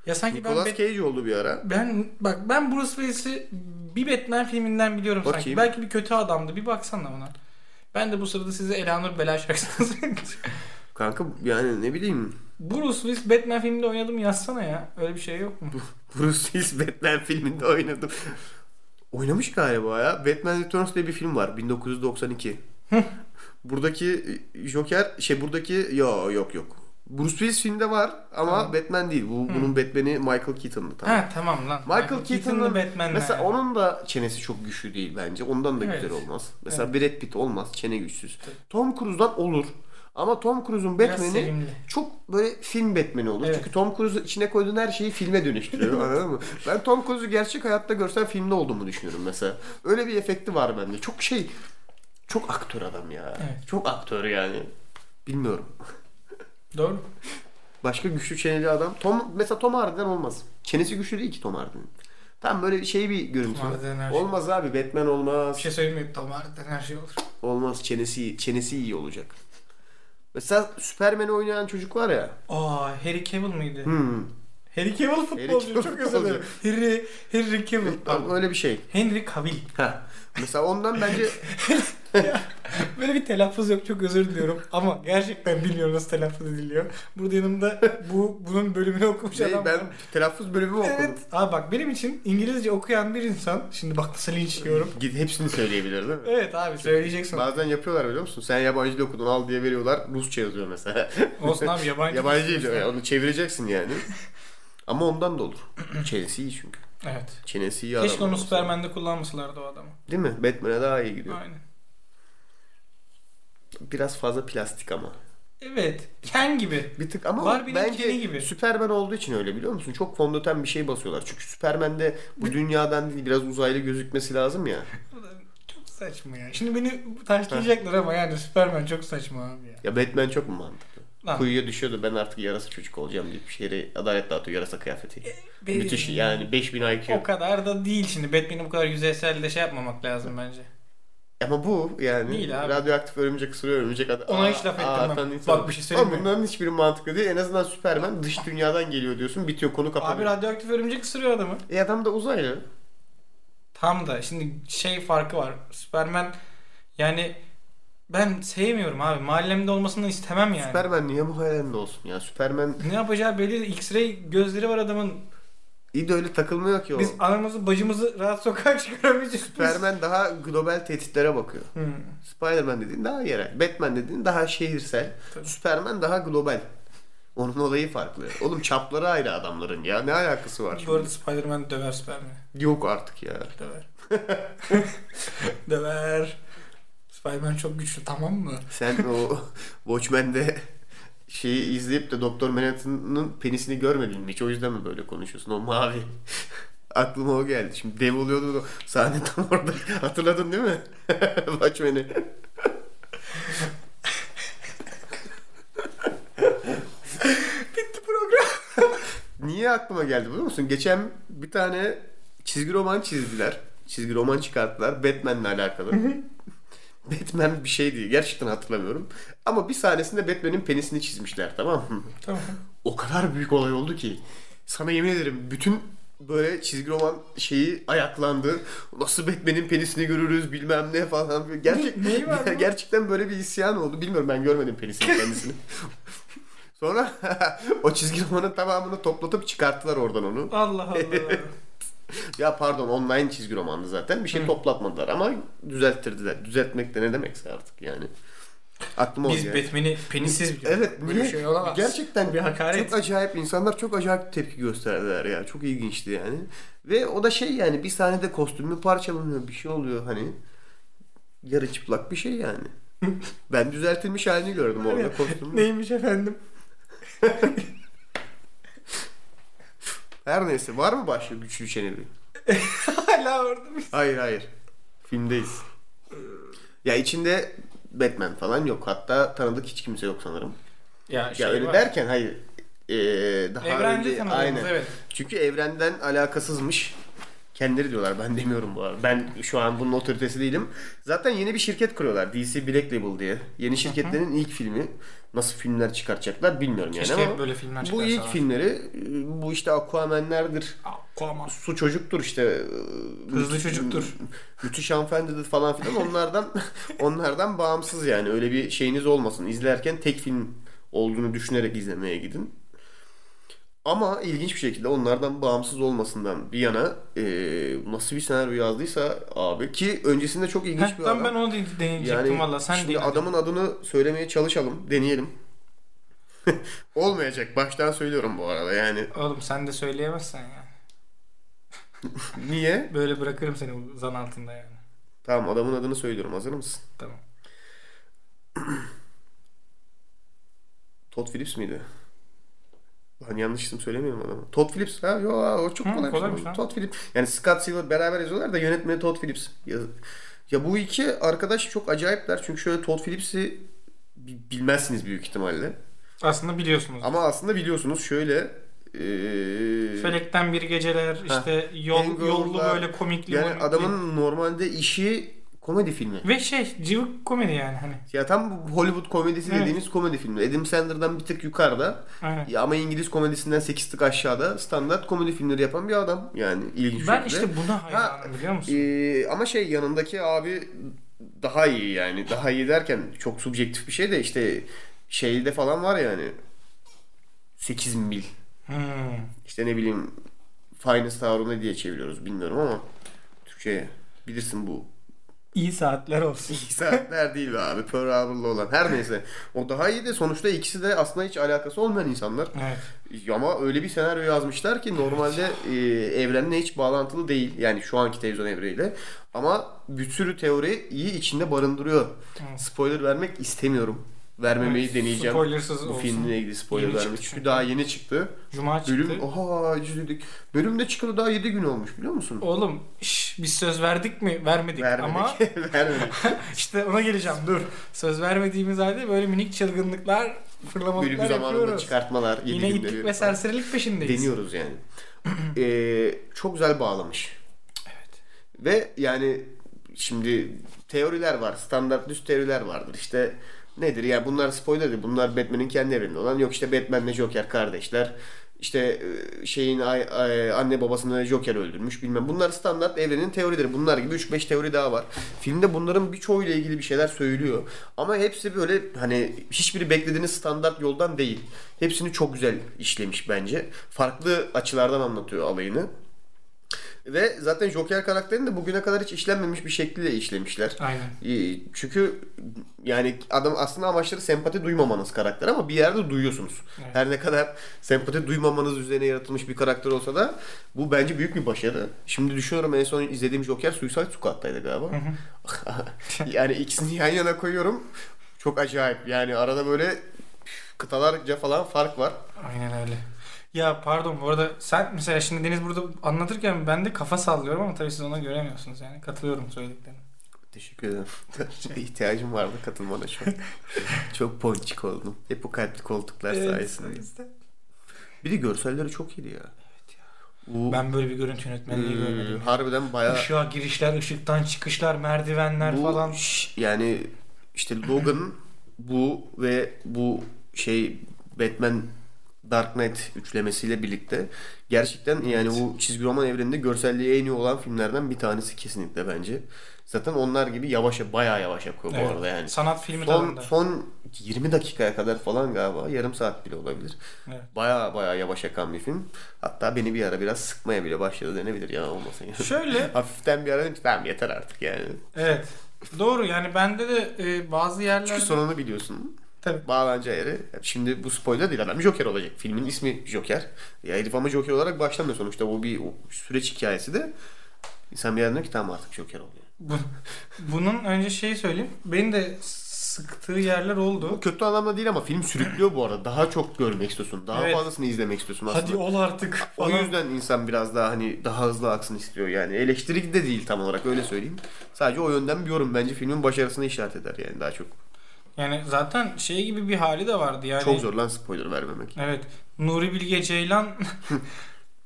C: Ya sanki ben
A: Nicolas
C: Bat-
A: Cage oldu bir ara.
C: ben bak ben Bruce Willis'i bir Batman filminden biliyorum sanki.
A: Bakayım.
C: Belki bir kötü adamdı. Bir baksana ona. Ben de bu sırada size Eleanor Bela şarkısını söyleyeceğim.
A: Kanka yani ne bileyim.
C: Bruce Willis Batman filminde oynadı mı yazsana ya. Öyle bir şey yok mu?
A: Bruce Willis Batman filminde oynadım. Oynamış galiba ya. Batman Returns diye bir film var. 1992. buradaki Joker şey buradaki ya yok yok. Bruce Willis filmde var ama Batman değil. Bu bunun Batman'i Michael Keaton'dı tamam.
C: ha tamam lan.
A: Michael, Keaton'ın
C: Batman'le.
A: mesela onun da çenesi çok güçlü değil bence. Ondan da
C: Evet.
A: güzel olmaz. Mesela Brad Pitt olmaz. Çene güçsüz. Tom Cruise'dan olur. Ama Tom Cruise'un
C: Biraz
A: Batman'i
C: sevimli.
A: çok böyle film Batman'i olur.
C: Evet.
A: Çünkü Tom Cruise'un içine koyduğun her şeyi filme dönüştürüyor. anladın mı? Ben Tom Cruise'u gerçek hayatta görsem filmde olduğumu düşünüyorum mesela. Öyle bir efekti var bende. Çok şey çok aktör adam ya.
C: Evet.
A: Çok aktör yani. Bilmiyorum.
C: Doğru.
A: Başka güçlü çeneli adam. Tom mesela Tom Hardy'den olmaz. Çenesi güçlü değil ki Tom Hardy'nin. Tam böyle bir şey bir görüntü.
C: Tom Hardy'den her şey.
A: Olmaz abi Batman olmaz.
C: Bir şey söyleyeyim mi? Tom Hardy'den her şey olur.
A: Olmaz çenesi iyi. Çenesi iyi olacak. Mesela Superman'i oynayan çocuk var ya.
C: Aa Harry Cavill mıydı?
A: Hmm.
C: Harry Cavill futbolcu.
A: Cavill
C: çok özür dilerim.
A: futbolcu.
C: Harry, Harry Cavill.
A: Tam
C: Pardon.
A: öyle bir şey.
C: Henry Cavill.
A: Ha. Mesela ondan bence
C: Böyle bir telaffuz yok çok özür diliyorum ama gerçekten bilmiyorum nasıl telaffuz ediliyor. Burada yanımda bu bunun bölümünü okumuş
A: şey,
C: adam.
A: ben
C: var.
A: telaffuz bölümü okudum.
C: Evet. Aa bak benim için İngilizce okuyan bir insan şimdi bak nasıl linç yiyorum.
A: Git hepsini söyleyebilir değil mi?
C: Evet abi söyleyeceksin.
A: Bazen yapıyorlar biliyor musun? Sen yabancı dil okudun al diye veriyorlar. Rusça yazıyor mesela.
C: Olsun abi yabancı.
A: yabancı dil yani onu çevireceksin yani. Ama ondan da olur. Çenesi iyi çünkü.
C: Evet.
A: Çenesi iyi
C: Keşke
A: adam
C: onu
A: olsa.
C: Superman'de kullanmasalardı o adamı.
A: Değil mi? Batman'e daha iyi gidiyor.
C: Aynen.
A: Biraz fazla plastik ama.
C: Evet. Ken gibi.
A: Bir tık ama
C: Barbie'nin
A: bence
C: kini gibi.
A: Superman olduğu için öyle biliyor musun? Çok fondöten bir şey basıyorlar. Çünkü Superman'de bu dünyadan değil biraz uzaylı gözükmesi lazım ya.
C: Bu da Çok saçma ya. Şimdi beni taşlayacaklar ama yani Superman çok saçma abi ya.
A: Ya Batman çok mu mantıklı?
C: Lan.
A: Kuyuya düşüyordu ben artık yarasa çocuk olacağım diye bir şehre adalet dağıtıyor yarasa kıyafeti.
C: Benim-
A: Müthiş yani 5000 IQ.
C: O kadar da değil şimdi. Batman'i bu kadar yüzeysel de şey yapmamak lazım bence.
A: Ama bu yani
C: Değil abi.
A: radyoaktif örümcek ısırıyor örümcek adam.
C: Ona hiç laf ettirmem. Bak bir şey söyleyeyim mi?
A: bunların hiçbiri mantıklı değil. En azından Superman dış dünyadan geliyor diyorsun bitiyor konu
C: Abi
A: kapanıyor.
C: radyoaktif örümcek ısırıyor adamı.
A: e adam da uzaylı.
C: Tam da şimdi şey farkı var. Superman yani ben sevmiyorum abi. Mahallemde olmasını istemem yani.
A: Superman niye bu hayalinde olsun ya? Superman
C: Ne yapacağı belli değil. X-ray gözleri var adamın.
A: iyi de öyle takılmıyor ki o.
C: Biz anamızı bacımızı rahat sokağa çıkaramayacağız.
A: Superman daha global tehditlere bakıyor.
C: Hmm.
A: Spider-Man dediğin daha yerel. Batman dediğin daha şehirsel.
C: Tabii.
A: Superman daha global. Onun olayı farklı. Oğlum çapları ayrı adamların ya. Ne alakası var
C: Bu arada
A: şimdi?
C: Spider-Man döver Superman'i.
A: Yok artık ya.
C: Döver. döver. Spider-Man çok güçlü tamam mı?
A: Sen o Watchmen'de şeyi izleyip de Doktor Manhattan'ın penisini görmedin mi? Hiç o yüzden mi böyle konuşuyorsun? O mavi. Aklıma o geldi. Şimdi dev oluyordu da sahne tam orada. Hatırladın değil mi? Watchmen'i.
C: Bitti program.
A: Niye aklıma geldi biliyor musun? Geçen bir tane çizgi roman çizdiler. Çizgi roman çıkarttılar. Batman'le alakalı. Batman bir şeydi. Gerçekten hatırlamıyorum. Ama bir sahnesinde Batman'in penisini çizmişler tamam mı?
C: Tamam.
A: O kadar büyük olay oldu ki. Sana yemin ederim bütün böyle çizgi roman şeyi ayaklandı. Nasıl Batman'in penisini görürüz bilmem ne falan. filan. Gerçek,
C: Ne- neyi var bunun?
A: gerçekten böyle bir isyan oldu. Bilmiyorum ben görmedim penisini kendisini. Sonra o çizgi romanın tamamını toplatıp çıkarttılar oradan onu.
C: Allah Allah.
A: Ya pardon online çizgi romandı zaten. Bir şey toplatmadılar ama düzelttirdiler. Düzeltmek de ne demekse artık yani. Aklıma o
C: Biz
A: geldi.
C: Batman'i penisiz biliyoruz.
A: Evet
C: Böyle
A: niye?
C: şey olamaz.
A: Gerçekten
C: bir hakaret.
A: Çok acayip insanlar çok acayip tepki gösterdiler ya. Çok ilginçti yani. Ve o da şey yani bir sahnede kostümü parçalanıyor bir şey oluyor hani. Yarı çıplak bir şey yani. ben düzeltilmiş halini gördüm orada kostümü.
C: Neymiş efendim?
A: Her neyse var mı başka güçlü çeneli?
C: Hala orada mıyız?
A: Hayır hayır. Filmdeyiz. Ya içinde Batman falan yok. Hatta tanıdık hiç kimse yok sanırım.
C: Ya,
A: ya şey öyle derken hayır. Ee, daha
C: şey Evrende
A: önce,
C: tanıdığımız
A: aynen.
C: evet.
A: Çünkü evrenden alakasızmış. Kendileri diyorlar ben demiyorum bu arada. Ben şu an bunun otoritesi değilim. Zaten yeni bir şirket kuruyorlar DC Black Label diye. Yeni şirketlerin ilk filmi. Nasıl filmler çıkartacaklar bilmiyorum yani
C: Keşke
A: ama.
C: böyle filmler
A: bu
C: çıkarsalar.
A: ilk filmleri e, bu işte Aquaman'lerdir.
C: Aquaman.
A: Su çocuktur işte. e,
C: Hızlı
A: müthiş-
C: çocuktur.
A: Müthiş hanımefendidir falan filan. Onlardan onlardan bağımsız yani. Öyle bir şeyiniz olmasın. İzlerken tek film olduğunu düşünerek izlemeye gidin. Ama ilginç bir şekilde onlardan bağımsız olmasından bir yana e, nasıl bir senaryo yazdıysa abi ki öncesinde çok ilginç
C: Heh,
A: bir
C: tam
A: adam.
C: ben onu de- deneyecektim
A: Yani
C: valla. Sen
A: şimdi
C: değil.
A: adamın adını söylemeye çalışalım, deneyelim. Olmayacak. Baştan söylüyorum bu arada. Yani
C: Oğlum sen de söyleyemezsen ya.
A: niye?
C: Böyle bırakırım seni bu zan altında yani.
A: Tamam adamın adını söylüyorum. Hazır mısın?
C: Tamam.
A: Todd Phillips miydi? Lan yanlış isim söylemiyorum adamı. Todd Phillips ha? Yo ha, o çok
C: Hı,
A: kolay.
C: kolaymış
A: bir şey.
C: lan.
A: Todd Phillips. Yani Scott Silver beraber yazıyorlar da yönetmeni Todd Phillips. Ya, ya bu iki arkadaş çok acayipler. Çünkü şöyle Todd Phillips'i bi- bilmezsiniz büyük ihtimalle.
C: Aslında biliyorsunuz.
A: Ama e, aslında biliyorsunuz şöyle eee,
C: Felekten bir geceler işte yol,
A: Hangover'lar.
C: yollu böyle komikli
A: yani
C: momikli.
A: adamın normalde işi komedi filmi.
C: ve şey cıvık komedi yani hani.
A: Ya tam bu Hollywood komedisi
C: Evet.
A: dediğimiz komedi filmi. Adam Sandler'dan bir tık yukarıda.
C: Aynen.
A: Ya ama İngiliz komedisinden 8 tık aşağıda standart komedi filmleri yapan bir adam. Yani ilginç
C: Ben
A: bir şekilde.
C: işte buna hayranım biliyor musun?
A: Ee, ama şey yanındaki abi daha iyi yani. Daha iyi derken çok subjektif bir şey de işte şeyde falan var yani. 8 mil.
C: Hmm.
A: İşte ne bileyim Finest Hour'u ne diye çeviriyoruz bilmiyorum ama Türkçe'ye bilirsin bu
C: İyi saatler olsun.
A: saatler değil be abi. Pearl Harbor'la olan. Her neyse. O daha iyi de sonuçta ikisi de aslında hiç alakası olmayan insanlar.
C: Evet.
A: Ama öyle bir senaryo yazmışlar ki normalde e, evrenle hiç bağlantılı değil. Yani şu anki televizyon evreniyle. Ama bir sürü teori iyi içinde barındırıyor.
C: Evet.
A: Spoiler vermek istemiyorum. Vermemeyi
C: Evet,
A: deneyeceğim.
C: spoilersız
A: Bu
C: olsun.
A: filmle ilgili spoiler
C: Yeni
A: vermek.
C: çıktı
A: Çünkü
C: çünkü.
A: daha yeni çıktı.
C: Cuma çıktı.
A: Bölüm, oha izledik. Bölüm de çıkalı daha 7 gün olmuş biliyor musun?
C: Oğlum şş, biz söz verdik mi? Vermedik
A: Vermedik.
C: ama
A: Vermedik.
C: işte ona geleceğim dur. Söz vermediğimiz halde böyle minik çılgınlıklar, fırlamalıklar
A: Bölüm zamanında
C: yapıyoruz.
A: çıkartmalar. 7
C: Yine
A: günde bir
C: itlik ve
A: falan.
C: serserilik peşindeyiz.
A: Deniyoruz yani. Ee, çok güzel bağlamış. Evet. Ve yani şimdi teoriler var. Standart düz teoriler vardır. İşte nedir? Yani bunlar spoiler değil. Bunlar Batman'in kendi evreninde olan. Yok işte Batman'le Joker kardeşler. İşte e, şeyin ay- ay- anne babasını Joker öldürmüş bilmem. Bunlar standart evrenin teorileri. Bunlar gibi 3-5 teori daha var. Filmde bunların birçoğuyla ilgili bir şeyler söylüyor. Ama hepsi böyle hani hiçbiri beklediğiniz standart yoldan değil. Hepsini çok güzel işlemiş bence. Farklı açılardan anlatıyor alayını. Ve zaten Joker karakterini de bugüne kadar hiç işlenmemiş bir şekilde işlemişler.
C: Aynen.
A: Ee, Çünkü yani adam aslında amaçları sempati duymamanız karakter ama bir yerde duyuyorsunuz.
C: Evet.
A: Her ne kadar sempati duymamanız üzerine yaratılmış bir karakter olsa da bu bence büyük bir başarı. Şimdi düşünüyorum en son izlediğim Joker Suicide Squad'daydı galiba. yani ikisini yan yana koyuyorum. Çok acayip. Yani arada böyle kıtalarca falan fark var.
C: Aynen öyle. Ya pardon bu arada sen mesela şimdi Deniz burada anlatırken ben de kafa sallıyorum ama tabii siz ona göremiyorsunuz yani. Katılıyorum söylediklerine.
A: Teşekkür ederim. İhtiyacım vardı katılmana şu an. çok ponçik oldum. Hep bu kalpli koltuklar sayesinde. Bir de görselleri çok iyiydi ya. Bu,
C: Ben böyle bir görüntü
A: ee,
C: yönetmenliği görmedim.
A: harbiden bayağı
C: Işığa girişler, ışıktan çıkışlar, merdivenler
A: bu
C: falan.
A: ş- yani işte Logan bu ve bu şey Batman Dark Knight üçlemesiyle birlikte gerçekten yani bu çizgi roman evreninde görselliğe en iyi olan filmlerden bir tanesi kesinlikle bence. Zaten onlar gibi yavaş bayağı yavaş yapıyor bu
C: Evet.
A: arada yani.
C: Sanat filmi
A: Son,
C: dalında.
A: son 20 dakikaya kadar falan galiba yarım saat bile olabilir.
C: Evet.
A: Baya baya yavaş akan bir film. Hatta beni bir ara biraz sıkmaya bile başladı denebilir ya olmasın ya.
C: Şöyle
A: Hafiften bir ara dedim ki tamam yeter artık yani.
C: evet. Doğru yani bende de e, bazı yerlerde
A: Çünkü sonunu biliyorsun.
C: Tabii.
A: Bağlanacağı yeri. Şimdi bu spoiler değil adam Joker olacak. Filmin ismi Joker. Ya herif ama Joker olarak başlamıyor sonuçta. Bu bir o süreç hikayesi de. İnsan bir yerden diyor ki tamam artık Joker oluyor.
C: Bu- bunun önce şeyi söyleyeyim. Beni de sıktığı yerler oldu.
A: Bu kötü anlamda değil ama film sürüklüyor bu arada. Daha çok görmek istiyorsun. Daha
C: Evet.
A: fazlasını izlemek istiyorsun aslında.
C: Hadi ol artık
A: O
C: falan.
A: yüzden insan biraz daha hani daha hızlı aksın istiyor yani. Eleştiri de değil tam olarak öyle söyleyeyim. Sadece o yönden bir yorum bence filmin başarısını işaret eder yani daha çok.
C: Yani zaten şey gibi bir hali de vardı yani.
A: Çok zor lan spoiler vermemek.
C: Evet. Nuri Bilge Ceylan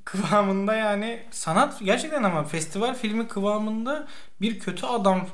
C: kıvamında yani sanat gerçekten ama festival filmi kıvamında bir kötü adam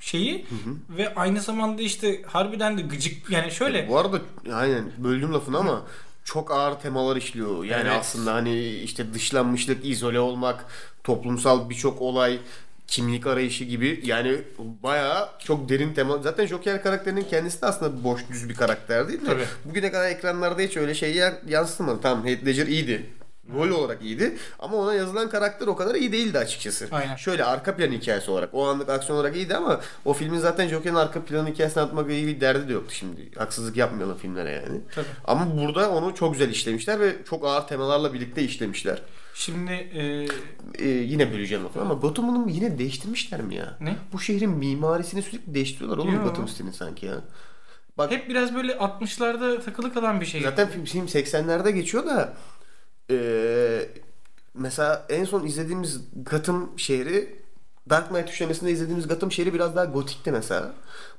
C: şeyi ve aynı zamanda işte harbiden de gıcık yani şöyle
A: Bu arada aynen böldüm lafını ama çok ağır temalar işliyor. Yani
C: Evet.
A: aslında hani işte dışlanmışlık, izole olmak, toplumsal birçok olay, kimlik arayışı gibi yani bayağı çok derin tema. Zaten Joker karakterinin kendisi de aslında boş düz bir karakter değil mi?
C: Tabii.
A: Bugüne kadar ekranlarda hiç öyle şey yer- yansıtmadı. Tamam Heath Ledger iyiydi. Rol olarak iyiydi ama ona yazılan karakter o kadar iyi değildi açıkçası.
C: Aynen.
A: Şöyle arka plan hikayesi olarak. O anlık aksiyon olarak iyiydi ama o filmin zaten Joker'in arka plan hikayesini atmak iyi bir derdi de yoktu şimdi. Haksızlık yapmayalım filmlere yani.
C: Tabii.
A: Ama burada onu çok güzel işlemişler ve çok ağır temalarla birlikte işlemişler.
C: şimdi e,
A: Ee, yine böleceğim lafı ama Batman'ı yine değiştirmişler mi ya?
C: Ne?
A: Bu şehrin mimarisini sürekli değiştiriyorlar oğlum
C: Yo.
A: Batum stilini sanki ya. Bak
C: hep biraz böyle 60'larda takılı kalan bir şey.
A: Zaten film, film 80'lerde geçiyor da eee, mesela en son izlediğimiz Gotham şehri Dark Knight üçlemesinde izlediğimiz Gotham şehri biraz daha gotikti mesela.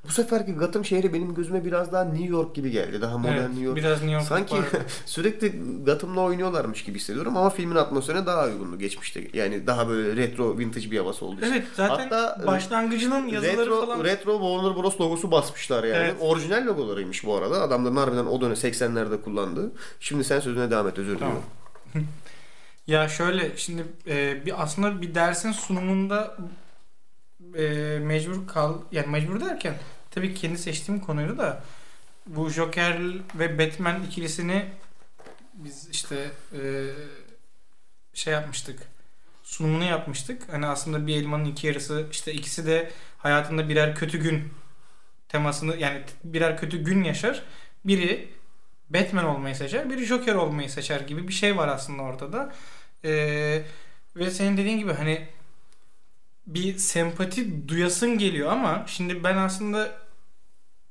A: Bu seferki Gotham şehri benim gözüme biraz daha New York gibi geldi. Daha modern
C: Evet,
A: New York.
C: biraz New York
A: Sanki
C: var.
A: sürekli Gotham'la oynuyorlarmış gibi hissediyorum ama filmin atmosferine daha uygundu geçmişte. Yani daha böyle retro vintage bir havası oldu.
C: Evet zaten
A: Hatta, e,
C: başlangıcının yazıları
A: retro,
C: falan.
A: Retro Warner Bros logosu basmışlar yani.
C: Evet.
A: Orijinal logolarıymış bu arada. Adamların harbiden o dönem 80'lerde kullandığı. Şimdi sen sözüne devam et özür diliyorum.
C: Tamam. Ya şöyle şimdi e, bir aslında bir dersin sunumunda e, mecbur kal yani mecbur derken tabii ki kendi seçtiğim konuydu da bu Joker ve Batman ikilisini biz işte e, şey yapmıştık sunumunu yapmıştık. Hani aslında bir elmanın iki yarısı işte ikisi de hayatında birer kötü gün temasını yani birer kötü gün yaşar. Biri Batman olmayı seçer, biri Joker olmayı seçer gibi bir şey var aslında ortada. Ee, ve senin dediğin gibi hani bir sempati duyasın geliyor ama şimdi ben aslında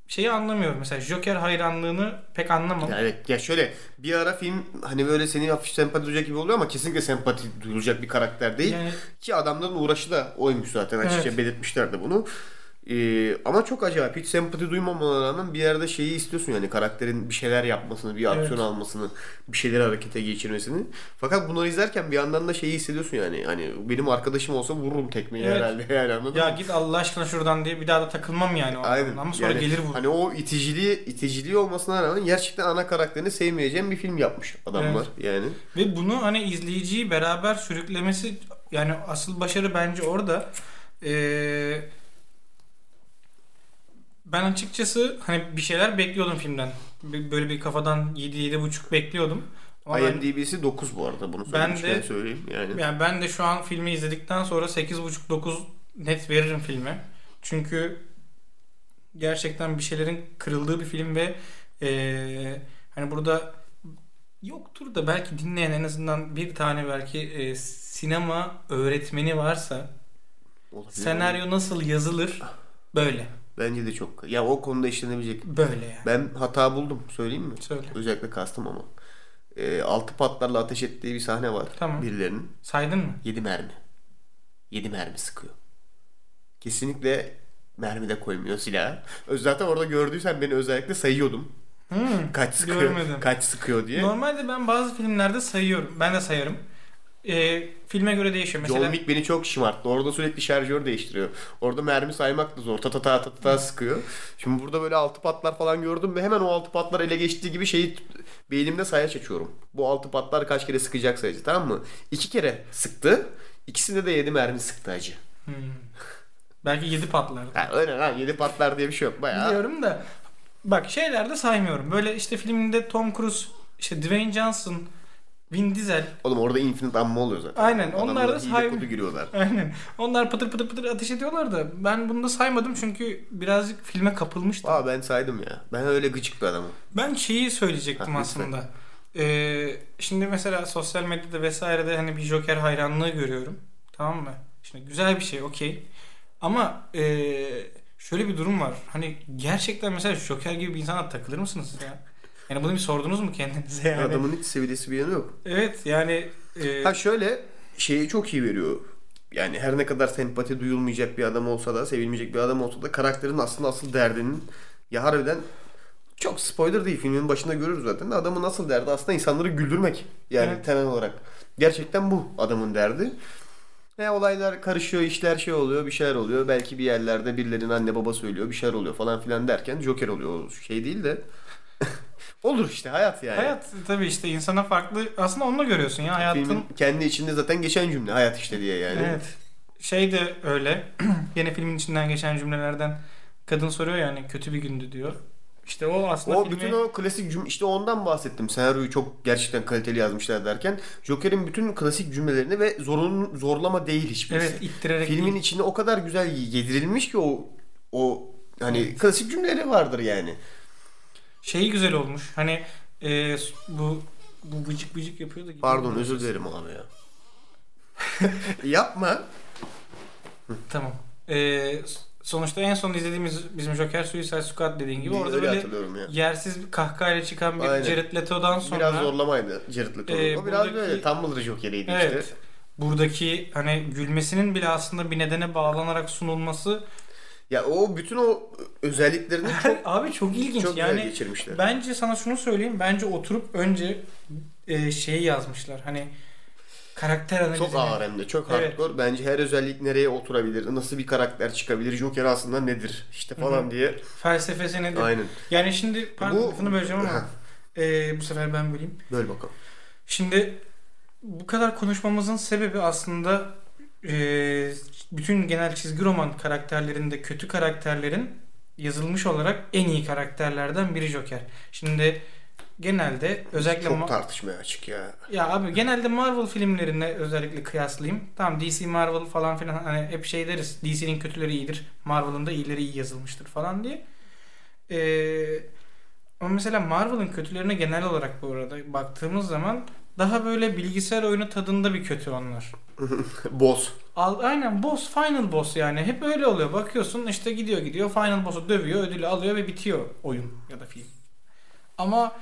C: şeyi anlamıyorum. Mesela Joker hayranlığını pek anlamam.
A: Ya evet ya şöyle bir ara film hani böyle seni hafif sempati duyacak gibi oluyor ama kesinlikle sempati duyulacak bir karakter değil.
C: Yani-
A: Ki adamların uğraşı da oymuş zaten açıkça
C: Evet.
A: belirtmişler de bunu. Ee, ama çok acayip hiç sempati duymamana rağmen bir yerde şeyi istiyorsun yani karakterin bir şeyler yapmasını, bir aksiyon
C: Evet.
A: almasını, bir şeyleri harekete geçirmesini. Fakat bunları izlerken bir yandan da şeyi hissediyorsun yani hani benim arkadaşım olsa vururum tekmeyi
C: Evet.
A: herhalde yani anladın
C: Ya
A: mı?
C: git Allah aşkına şuradan diye bir daha da takılmam yani o
A: Aynen.
C: adamla. ama sonra
A: Yani
C: gelir vurur.
A: Hani o iticiliği, iticiliği olmasına rağmen gerçekten ana karakterini sevmeyeceğim bir film yapmış adamlar yani.
C: Ve bunu hani izleyiciyi beraber sürüklemesi yani asıl başarı bence orada. Ee, ben açıkçası hani bir şeyler bekliyordum filmden. Bir- Böyle bir kafadan 7-7,5 bekliyordum. Ama ben,
A: IMDb'si 9 bu arada bunu
C: Ben
A: söylemişken
C: de-
A: söyleyeyim yani.
C: yani ben de şu an filmi izledikten sonra 8,5-9 net veririm filme. Çünkü gerçekten bir şeylerin kırıldığı bir film ve ee, hani burada yoktur da belki dinleyen en azından bir tane belki e, sinema öğretmeni varsa
A: Olabilir.
C: senaryo nasıl yazılır böyle
A: Bence de çok. Ya o konuda işlenebilecek.
C: böyle yani.
A: Ben hata buldum söyleyeyim mi?
C: Söyle.
A: Özellikle kastım ama. Ee, altı patlarla ateş ettiği bir sahne var.
C: Tamam.
A: Birilerinin.
C: Saydın mı?
A: Yedi mermi. Yedi mermi sıkıyor. Kesinlikle mermi de koymuyor silahı. Ö- Zaten orada gördüysen beni özellikle sayıyordum.
C: Hmm.
A: Kaç sıkıyor,
C: Görmedim.
A: kaç sıkıyor diye.
C: Normalde ben bazı filmlerde sayıyorum. Ben de sayarım. E, filme göre değişiyor. Mesela
A: John Wick beni çok şımarttı. Orada sürekli şarjör değiştiriyor. Orada mermi saymak da zor. Ta ta ta ta ta ta sıkıyor. Şimdi burada böyle altı patlar falan gördüm ve hemen o altı patlar ele geçtiği gibi şeyi t- beynimde sayaç açıyorum. Bu altı patlar kaç kere sıkacak sayacı tamam mı? İki kere sıktı. İkisinde de yedi mermi sıktı acı.
C: Hmm. belki 7 patlardı.
A: Ha, öyle lan yedi patlar diye bir şey yok. Bayağı
C: Biliyorum da bak şeylerde saymıyorum. Böyle işte filminde Tom Cruise, işte Dwayne Johnson, Vin Diesel
A: Oğlum orada infinite amma oluyor zaten.
C: Aynen, onlar
A: Adamlar
C: da
A: hile
C: sahibi-
A: kodu giriyorlar.
C: Aynen. Onlar patır patır patır ateş ediyorlar da ben bunu da saymadım çünkü birazcık filme kapılmıştım.
A: Aa ben saydım ya. Ben öyle gıcık bir adamım.
C: Ben şeyi söyleyecektim
A: Ha, lütfen.
C: aslında. Ee, şimdi mesela sosyal medyada vesairede hani bir Joker hayranlığı görüyorum. Tamam mı? Şimdi güzel bir şey okey. Ama ee, şöyle bir durum var. Hani gerçekten mesela Joker gibi bir insana takılır mısınız ya? Yani bunu bir sordunuz mu kendinize yani?
A: Adamın hiç sevilesi bir yanı yok.
C: Evet yani ee,
A: Ha şöyle şeyi çok iyi veriyor. Yani her ne kadar sempati duyulmayacak bir adam olsa da, sevilmeyecek bir adam olsa da karakterin aslında asıl derdinin ya harbiden Çok spoiler değil. Filmin başında görürüz zaten. de Adamın nasıl derdi aslında insanları güldürmek. Yani
C: Evet.
A: temel olarak. Gerçekten bu adamın derdi. Ne olaylar karışıyor, işler şey oluyor, bir şeyler oluyor. Belki bir yerlerde birilerinin anne baba söylüyor, bir şeyler oluyor falan filan derken Joker oluyor. O şey değil de. Olur işte hayat yani.
C: Hayat tabii işte insana farklı aslında onu da görüyorsun ya hayatın.
A: Filmin kendi içinde zaten geçen cümle hayat işte diye yani.
C: Evet. Şey de öyle. Yine filmin içinden geçen cümlelerden kadın soruyor yani kötü bir gündü diyor. İşte o aslında
A: O
C: filmi-
A: bütün o klasik cümle işte ondan bahsettim. Senaryoyu çok gerçekten kaliteli yazmışlar derken Joker'in bütün klasik cümlelerini ve zorun zorlama değil hiçbirisi.
C: evet ittirerek
A: Filmin
C: değil.
A: içine o kadar güzel yedirilmiş ki o o hani klasik cümleleri vardır yani.
C: şeyi güzel olmuş. Hani e, bu bu vıcık vıcık yapıyordu gibi.
A: Pardon özür dilerim abi ya. Yapma.
C: Tamam. E, sonuçta en son izlediğimiz bizim Joker Suicide Squad dediğin gibi orada
A: Öyle
C: böyle
A: hatırlıyorum ya.
C: yersiz bir kahkahayla çıkan bir
A: Aynen.
C: Jared Leto'dan sonra
A: Biraz zorlamaydı Jared Leto'nun.
C: Ee,
A: o biraz
C: buradaki-
A: böyle Tumblr Joker'iydi
C: Evet.
A: işte.
C: Buradaki hani gülmesinin bile aslında bir nedene bağlanarak sunulması
A: Ya o bütün o özelliklerini çok
C: abi çok ilginç
A: çok
C: yani.
A: güzel geçirmişler.
C: Bence sana şunu söyleyeyim. Bence oturup önce e, şeyi yazmışlar. Hani karakter analizini.
A: Çok ağır hem de çok
C: Evet.
A: hardcore. Bence her özellik nereye oturabilir, nasıl bir karakter çıkabilir, Joker aslında nedir işte falan diye.
C: Felsefesi nedir?
A: Aynen.
C: Yani şimdi pardon
A: Bu-
C: lafını böleceğim ama
A: Ha.
C: e, bu sefer ben böleyim.
A: Böyle bakalım.
C: Şimdi bu kadar konuşmamızın sebebi aslında e, bütün genel çizgi roman karakterlerinde kötü karakterlerin yazılmış olarak en iyi karakterlerden biri Joker. Şimdi genelde özellikle ma-
A: Çok tartışmaya açık ya.
C: Ya abi genelde Marvel filmlerine özellikle kıyaslayayım. Tamam DC Marvel falan filan hani hep şey deriz. DC'nin kötüleri iyidir. Marvel'ın da iyileri iyi yazılmıştır falan diye. Ee, ama mesela Marvel'ın kötülerine genel olarak bu arada baktığımız zaman daha böyle bilgisayar oyunu tadında bir kötü onlar.
A: Boz.
C: Al, aynen boss final boss yani hep öyle oluyor. Bakıyorsun işte gidiyor gidiyor final boss'u dövüyor ödülü alıyor ve bitiyor oyun ya da film. Ama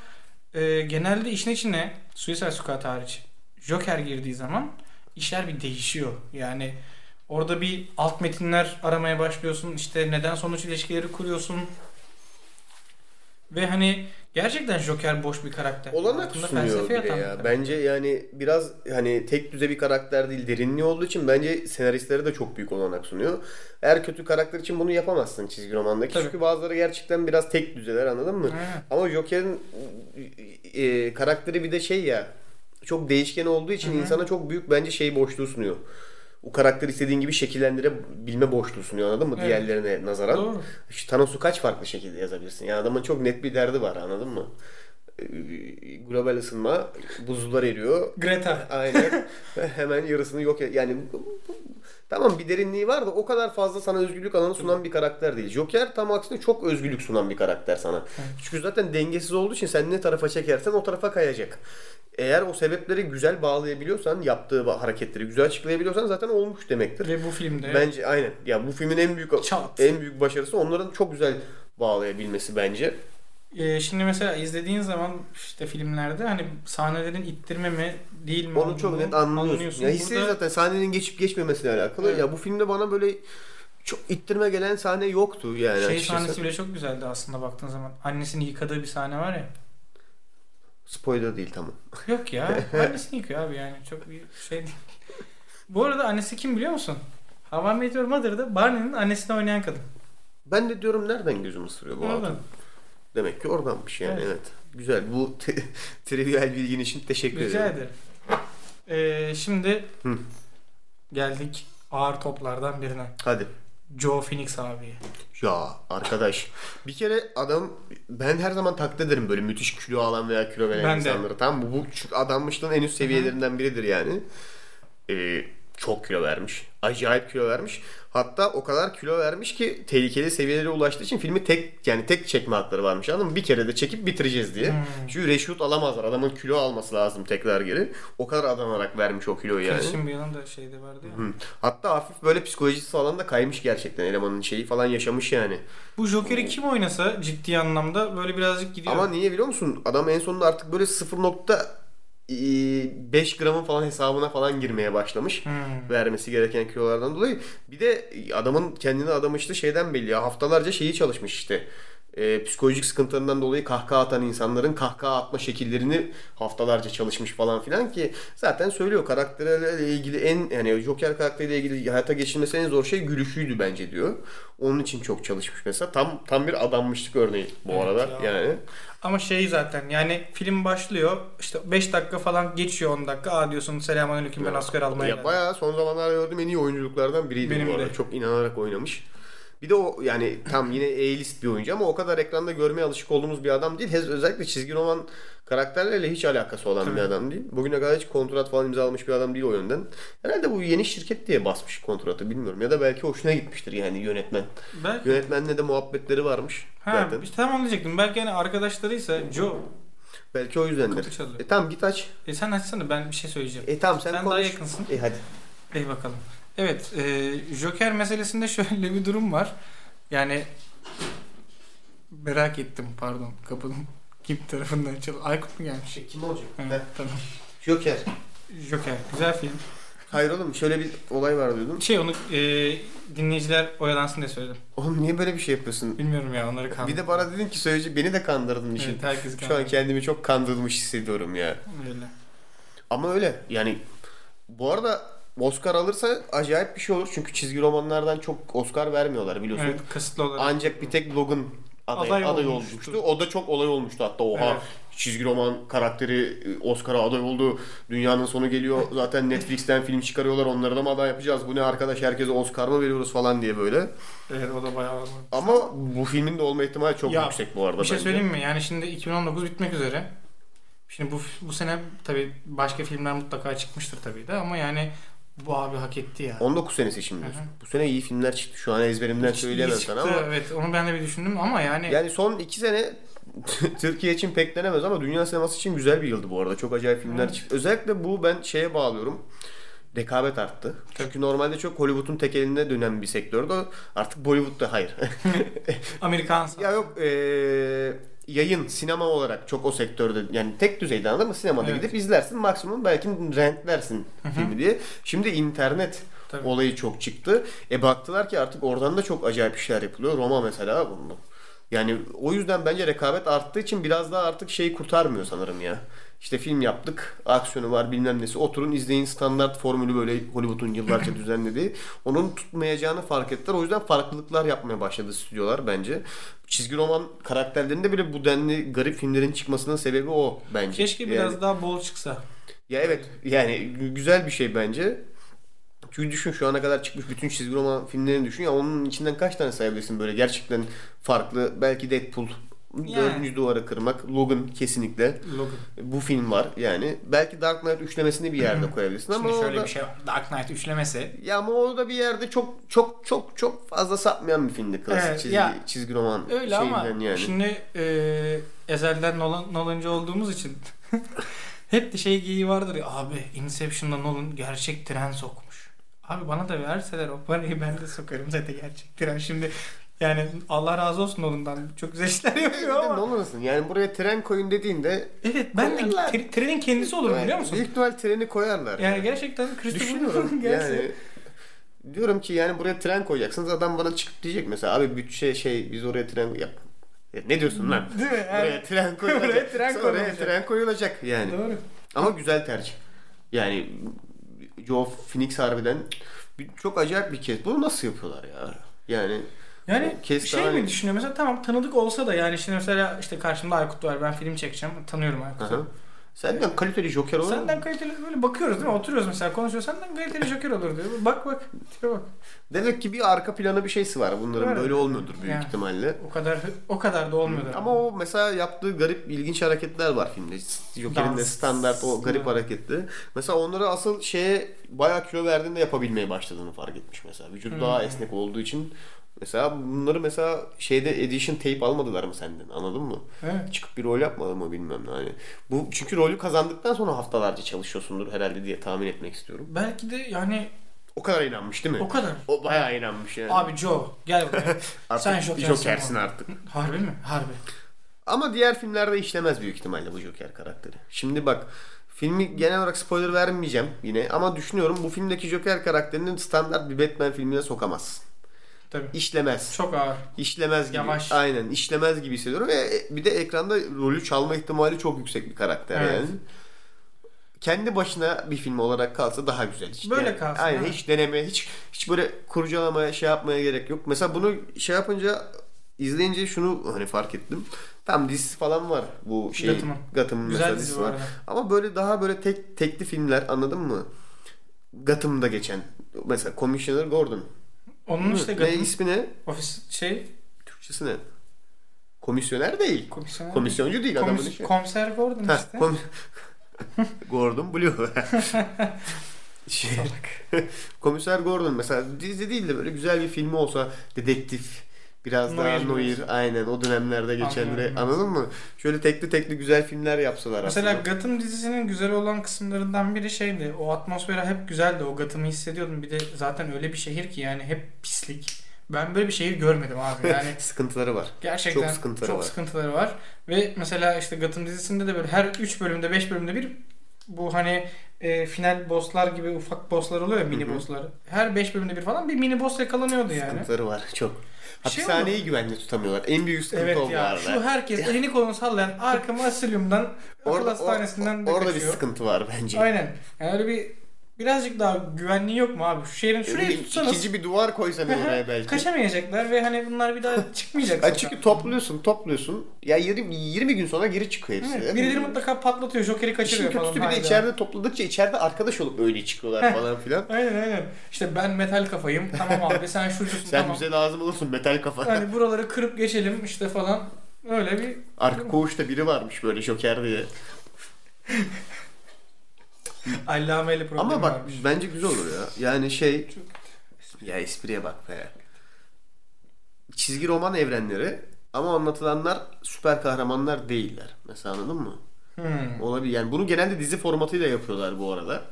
C: e, genelde işin içine Suicide Squad hariç Joker girdiği zaman işler bir değişiyor. Yani orada bir alt metinler aramaya başlıyorsun. İşte neden sonuç ilişkileri kuruyorsun. Ve hani gerçekten Joker boş bir karakter.
A: Olanak
C: Altında
A: sunuyor
C: felsefe
A: bile
C: yatan bir
A: ya.
C: karakter.
A: Bence yani biraz hani tek düze bir karakter değil derinliği olduğu için bence senaristlere de çok büyük olanak sunuyor. Eğer kötü karakter için bunu yapamazsın çizgi romandaki.
C: Tabii.
A: Çünkü bazıları gerçekten biraz tek düzeler anladın mı?
C: Aynen.
A: Ama Joker'in e, karakteri bir de şey ya çok değişken olduğu için insana çok büyük bence şey boşluğu sunuyor. O karakter istediğin gibi şekillendirebilme boşluğu sunuyor anladın mı?
C: Evet.
A: Diğerlerine nazaran.
C: Doğru.
A: İşte Thanos'u kaç farklı şekilde yazabilirsin? Ya adamın çok net bir derdi var anladın mı? Ee, Global ısınma, buzullar eriyor.
C: Greta.
A: Aynen. Hemen yarısını yok et. Yani bu- bu- tamam bir derinliği var da o kadar fazla sana özgürlük alanı sunan bir karakter değil. Joker tam aksine çok özgürlük sunan bir karakter sana. Çünkü zaten dengesiz olduğu için sen ne tarafa çekersen o tarafa kayacak. Eğer o sebepleri güzel bağlayabiliyorsan, yaptığı ba- hareketleri güzel açıklayabiliyorsan zaten olmuş demektir.
C: Ve bu filmde
A: Bence aynen. Ya bu filmin en büyük
C: Çat.
A: en büyük başarısı onların çok güzel bağlayabilmesi bence.
C: Ee, şimdi mesela izlediğin zaman işte filmlerde hani sahnelerin ittirme mi değil mi?
A: Onu çok
C: olduğunu
A: net anlıyorsun.
C: anlıyorsun.
A: Ya hissediyor
C: Burada-
A: zaten sahnenin geçip geçmemesiyle alakalı.
C: Evet.
A: Ya bu filmde bana böyle çok ittirme gelen sahne yoktu yani
C: Şey
A: açıkçası.
C: sahnesi bile çok güzeldi aslında baktığın zaman. Annesini yıkadığı bir sahne var ya.
A: Spoiler değil tamam.
C: Yok ya. annesini yıkıyor abi yani. Çok bir şey değil. Bu arada annesi kim biliyor musun? Hava Meteor Mother'da Barney'nin annesini oynayan kadın.
A: Ben de diyorum nereden gözüm ısırıyor bu
C: Oradan.
A: adam? Demek ki oradanmış yani
C: Evet.
A: evet. Güzel. Bu te- trivial bilgin için teşekkür
C: Rica
A: ederim.
C: ederim. Ee, şimdi
A: şey Hı.
C: geldik ağır toplardan birine.
A: Hadi.
C: Joe Phoenix abiye.
A: Ya arkadaş bir kere adam ben her zaman taklit ederim böyle müthiş kilo alan veya kilo veren
C: Ben de.
A: insanları. Tamam mı? Bu çünkü adammışlığın en üst seviyelerinden biridir yani. Ee, çok kilo vermiş. Acayip kilo vermiş. Hatta o kadar kilo vermiş ki tehlikeli seviyelere ulaştığı için filmi tek yani tek çekme hakları varmış anladın mı? Bir kere de çekip bitireceğiz diye.
C: Hmm.
A: Çünkü reshoot alamazlar. Adamın kilo alması lazım tekrar geri. O kadar adanarak vermiş o kiloyu yani.
C: Christian Bale'ın da şeyde vardı ya.
A: Hı. Hatta hafif böyle psikolojisi falan da kaymış gerçekten elemanın şeyi falan yaşamış yani.
C: Bu Joker'i kim oynasa ciddi anlamda böyle birazcık gidiyor.
A: Ama niye biliyor musun? Adam en sonunda artık böyle 0.5 gramın falan hesabına falan girmeye başlamış.
C: Hmm.
A: Vermesi gereken kilolardan dolayı. Bir de adamın kendini adamıştı şeyden belli ya. Haftalarca şeyi çalışmış işte. e, psikolojik sıkıntılarından dolayı kahkaha atan insanların kahkaha atma şekillerini haftalarca çalışmış falan filan ki zaten söylüyor karakterlerle ilgili en yani Joker karakteriyle ilgili hayata geçirmesi en zor şey gülüşüydü bence diyor. Onun için çok çalışmış mesela. Tam tam bir adammışlık örneği bu
C: Evet
A: arada.
C: ya.
A: Yani
C: Ama şey zaten yani film başlıyor işte 5 dakika falan geçiyor 10 dakika. Aa diyorsun selamünaleyküm ben asker almaya
A: Ya
C: geldim.
A: bayağı son zamanlarda gördüğüm en iyi oyunculuklardan biriydi
C: Benim
A: bu arada.
C: de.
A: Çok inanarak oynamış. Bir de o yani tam yine A-list bir oyuncu ama o kadar ekranda görmeye alışık olduğumuz bir adam değil. Hez- Özellikle çizgi roman karakterlerle hiç alakası olan bir adam değil. Bugüne kadar hiç kontrat falan imzalamış bir adam değil o yönden. Herhalde bu yeni şirket diye basmış kontratı bilmiyorum. Ya da belki hoşuna gitmiştir yani yönetmen.
C: Belki
A: Yönetmenle de muhabbetleri varmış
C: ha,
A: zaten.
C: işte tamam diyecektim. Belki yani arkadaşlarıysa Joe
A: Belki o yüzdendir.
C: Kapı çalıyor.
A: E tamam git aç.
C: e sen açsana ben bir şey söyleyeceğim.
A: E tamam sen,
C: Sen daha
A: konuş.
C: yakınsın.
A: E hadi.
C: İyi bakalım. Evet, e, Joker meselesinde şöyle bir durum var. Yani merak ettim pardon kapının kim tarafından açıldı? Aykut mu gelmiş?
A: şey, Kim olacak?
C: Evet, tamam.
A: Joker.
C: Joker güzel film.
A: Hayır oğlum şöyle bir olay var diyordum.
C: Şey onu e, dinleyiciler oyalansın diye söyledim.
A: Oğlum niye böyle bir şey yapıyorsun?
C: Bilmiyorum ya onları kan.
A: Bir de bana dedin ki söyleyecek beni de kandırdın işin.
C: evet, herkes
A: Şu an kendimi çok kandırılmış hissediyorum ya.
C: Öyle.
A: Ama öyle yani bu arada Oscar alırsa acayip bir şey olur. Çünkü çizgi romanlardan çok Oscar vermiyorlar biliyorsun.
C: Evet, kısıtlı olarak.
A: Ancak bir tek Logan aday,
C: Aday
A: aday,
C: olmuştu.
A: olmuştu. O da çok olay olmuştu hatta oha.
C: Evet.
A: Çizgi roman karakteri e, Oscar'a aday oldu. Dünyanın sonu geliyor. Zaten Netflix'ten film çıkarıyorlar. Onlara da mı aday yapacağız? Bu ne arkadaş herkese Oscar mı veriyoruz falan diye böyle.
C: Evet o da bayağı
A: Ama bu filmin de olma ihtimali çok
C: Ya,
A: yüksek bu arada.
C: Bir şey
A: bence.
C: söyleyeyim mi? Yani şimdi 2019 bitmek üzere. Şimdi bu bu sene tabii başka filmler mutlaka çıkmıştır tabii de ama yani bu abi hak etti ya.
A: 19 senesi şimdi diyorsun.
C: Hı hani-
A: Bu sene iyi filmler çıktı. Şu an ezberimden
C: İyi
A: söyleyemem sana
C: çıktı,
A: ama.
C: Evet onu ben de bir düşündüm ama yani,
A: Yani son 2 sene Türkiye için pek denemez ama dünya sineması için güzel bir yıldı bu arada. Çok acayip filmler
C: Hı.
A: çıktı. Özellikle bu ben şeye bağlıyorum. Rekabet arttı. Çünkü normalde çok Hollywood'un tek elinde dönen bir sektördü. Artık Bollywood'da hayır.
C: Amerikan
A: ya yok eee, yayın sinema olarak çok o sektörde yani tek düzeyde anladın mı? Sinemada
C: Evet.
A: gidip izlersin maksimum belki rentlersin filmi diye. Şimdi internet
C: Tabii.
A: olayı çok çıktı. E baktılar ki artık oradan da çok acayip işler yapılıyor. Roma mesela bunu. Yani o yüzden bence rekabet arttığı için biraz daha artık şeyi kurtarmıyor sanırım ya. İşte film yaptık, aksiyonu var bilmem nesi. Oturun izleyin standart formülü böyle Hollywood'un yıllarca düzenlediği. Onun tutmayacağını fark ettiler. O yüzden farklılıklar yapmaya başladı stüdyolar bence. Çizgi roman karakterlerinde bile bu denli garip filmlerin çıkmasının sebebi o bence.
C: Keşke
A: Yani-
C: biraz daha bol çıksa.
A: ya evet yani gü- güzel bir şey bence. Çünkü düşün şu ana kadar çıkmış bütün çizgi roman filmlerini düşün ya onun içinden kaç tane sayabilirsin böyle gerçekten farklı belki Deadpool
C: Yani.
A: Dördüncü duvarı kırmak. Logan kesinlikle. e,
C: Logan.
A: Bu film var yani. Belki Dark Knight üçlemesini bir yerde koyabilirsin ama
C: Hmm. Şimdi şöyle
A: orada-
C: bir şey var. Dark Knight üçlemesi.
A: ya ama o da bir yerde çok çok çok çok fazla sapmayan bir filmdi klasik
C: Evet,
A: çizgi,
C: ya.
A: çizgi roman
C: Öyle
A: şeyinden
C: ama
A: yani.
C: şimdi e, ezelden Nolan, Nolan'cı olduğumuz için hep de şey geyiği vardır ya abi Inception'da Nolan gerçek tren sokmuş. Abi bana da verseler o parayı ben de sokarım zaten gerçek tren. Şimdi yani Allah razı olsun Nolan'dan çok güzel işler
A: Bir de
C: yapıyor ama.
A: Nolan'sın. Yani buraya tren koyun dediğinde
C: Evet ben de
A: Koyarlar.
C: tre- trenin kendisi olurum biliyor musun?
A: Büyük ihtimal treni koyarlar.
C: Yani gerçekten Christopher Nolan
A: Düşünüyorum
C: gelse.
A: yani. Diyorum ki yani buraya tren koyacaksınız adam bana çıkıp diyecek mesela abi bütçe şey biz oraya tren yap. Ya ne diyorsun lan?
C: Değil mi? Yani-
A: Buraya tren koyulacak.
C: Buraya tren
A: Sonra oraya
C: koyulacak.
A: tren koyulacak yani.
C: Doğru.
A: Ama güzel tercih. Yani Joe Phoenix harbiden bir- çok acayip bir kez. Bunu nasıl yapıyorlar ya? Yani
C: Yani
A: Kes
C: şey
A: daha-
C: mi düşünüyor mesela tamam tanıdık olsa da yani şimdi mesela işte karşımda Aykut var ben film çekeceğim tanıyorum Aykut'u.
A: aha. senden kaliteli Joker olur mu?
C: Senden kaliteli böyle bakıyoruz değil mi? Oturuyoruz mesela konuşuyoruz. Senden kaliteli Joker olur diyor. Bak bak tipe bak.
A: Demek ki bir arka planı bir şeysi var. Bunların
C: Var.
A: böyle olmuyordur büyük
C: Yani.
A: ihtimalle.
C: O kadar o kadar da olmuyordu.
A: Hmm. Ama o mesela yaptığı garip ilginç hareketler var filmde. Joker'in de
C: Dans.
A: standart o garip hareketli. Mesela onları asıl şeye bayağı kilo verdiğinde yapabilmeye başladığını fark etmiş mesela. Vücut daha
C: Hmm.
A: esnek olduğu için mesela bunları mesela şeyde edition tape almadılar mı senden anladın mı?
C: Evet.
A: Çıkıp bir rol yapmadı mı bilmem ne. Hani bu çünkü rolü kazandıktan sonra haftalarca çalışıyorsundur herhalde diye tahmin etmek istiyorum.
C: Belki de yani
A: O kadar inanmış değil mi?
C: o kadar.
A: O bayağı inanmış yani.
C: Abi Joe gel buraya.
A: artık
C: sen Joker'sin
A: Joker'sin,
C: ama.
A: artık.
C: Harbi mi? Harbi.
A: Ama diğer filmlerde işlemez büyük ihtimalle bu Joker karakteri. Şimdi bak filmi genel olarak spoiler vermeyeceğim yine ama düşünüyorum bu filmdeki Joker karakterini standart bir Batman filmine sokamazsın.
C: Tabii.
A: işlemez.
C: Çok ağır.
A: İşlemez gibi.
C: Yavaş.
A: Aynen işlemez gibi hissediyorum. Ve e, bir de ekranda rolü çalma ihtimali çok yüksek bir karakter
C: Evet.
A: yani. Kendi başına bir film olarak kalsa daha güzel. Hiç
C: Böyle
A: dene-
C: kalsın,
A: Aynen
C: evet.
A: hiç deneme, hiç hiç böyle kurcalamaya, şey yapmaya gerek yok. Mesela bunu şey yapınca izleyince şunu hani fark ettim. Tam dizisi falan var bu şey.
C: Gotham'ın.
A: Gotham'ın
C: Güzel
A: mesela
C: dizi
A: dizisi
C: bu
A: var.
C: arada.
A: Ama böyle daha böyle tek tekli filmler anladın mı? Gotham'da geçen. Mesela Commissioner Gordon.
C: Onun işte
A: ne
C: Gotham
A: ismi ne?
C: ofis şey
A: Türkçesi ne? Komisyoner değil.
C: komisyoner.
A: Komisyoncu değil adamın
C: Komis,
A: işi.
C: komiser Gordon
A: Heh,
C: işte.
A: kom- Gordon Blue. şey, Komiser Gordon mesela dizi değil de böyle güzel bir filmi olsa dedektif biraz daha
C: Noir
A: Noir
C: biraz.
A: aynen o dönemlerde geçen
C: Anlıyorum
A: ve
C: ben.
A: anladın mı? Şöyle tekli tekli güzel filmler yapsalar
C: Mesela
A: aslında.
C: Gotham dizisinin güzel olan kısımlarından biri şeydi. O atmosfera hep güzeldi. O Gotham'ı hissediyordum. Bir de zaten öyle bir şehir ki yani hep pislik. Ben böyle bir şehir görmedim abi. Yani
A: sıkıntıları var.
C: gerçekten çok
A: Çok
C: sıkıntıları,
A: sıkıntıları
C: çok var.
A: var.
C: sıkıntıları var. Ve mesela işte Gotham dizisinde de böyle her 3 bölümde 5 bölümde bir bu hani e, final bosslar gibi ufak bosslar oluyor ya mini
A: Hı hı.
C: bosslar. Her 5 bölümde bir falan bir mini boss yakalanıyordu yani.
A: Sıkıntıları var çok.
C: Bir şey
A: Hapishaneyi güvenli tutamıyorlar. En büyük sıkıntı
C: Evet
A: o
C: ya
A: var.
C: şu herkes elini kolunu sallayan arkama asylumdan akıl
A: Orada,
C: hastanesinden
A: or-
C: de
A: orada bir
C: kaçıyor.
A: sıkıntı var bence.
C: Aynen. Yani öyle bir birazcık daha güvenliği yok mu abi? Şu şehrin şurayı
A: Bir-
C: tutsanız
A: İkinci bir duvar koysan oraya belki.
C: kaçamayacaklar ve hani bunlar bir daha çıkmayacak
A: Ha,
C: zaten.
A: çünkü topluyorsun topluyorsun. Ya 20, 20 gün sonra geri çıkıyor hepsi.
C: Evet, birileri mutlaka patlatıyor, jokeri
A: İşin
C: kaçırıyor falan.
A: kötüsü bir de
C: hayda.
A: içeride topladıkça içeride arkadaş olup öyle çıkıyorlar falan filan.
C: Aynen aynen. İşte ben metal kafayım. Tamam abi sen şucusun
A: Sen
C: tamam.
A: bize lazım olursun metal kafa.
C: Hani buraları kırıp geçelim işte falan. Öyle bir
A: Arka koğuşta biri varmış böyle joker diye.
C: allameyle problem
A: Ama bak
C: varmış.
A: bence güzel olur ya. Yani şey ya espriye bak be. Çizgi roman evrenleri ama anlatılanlar süper kahramanlar değiller. Mesela anladın mı?
C: Hmm.
A: Olabilir. Yani bunu genelde dizi formatıyla yapıyorlar bu arada.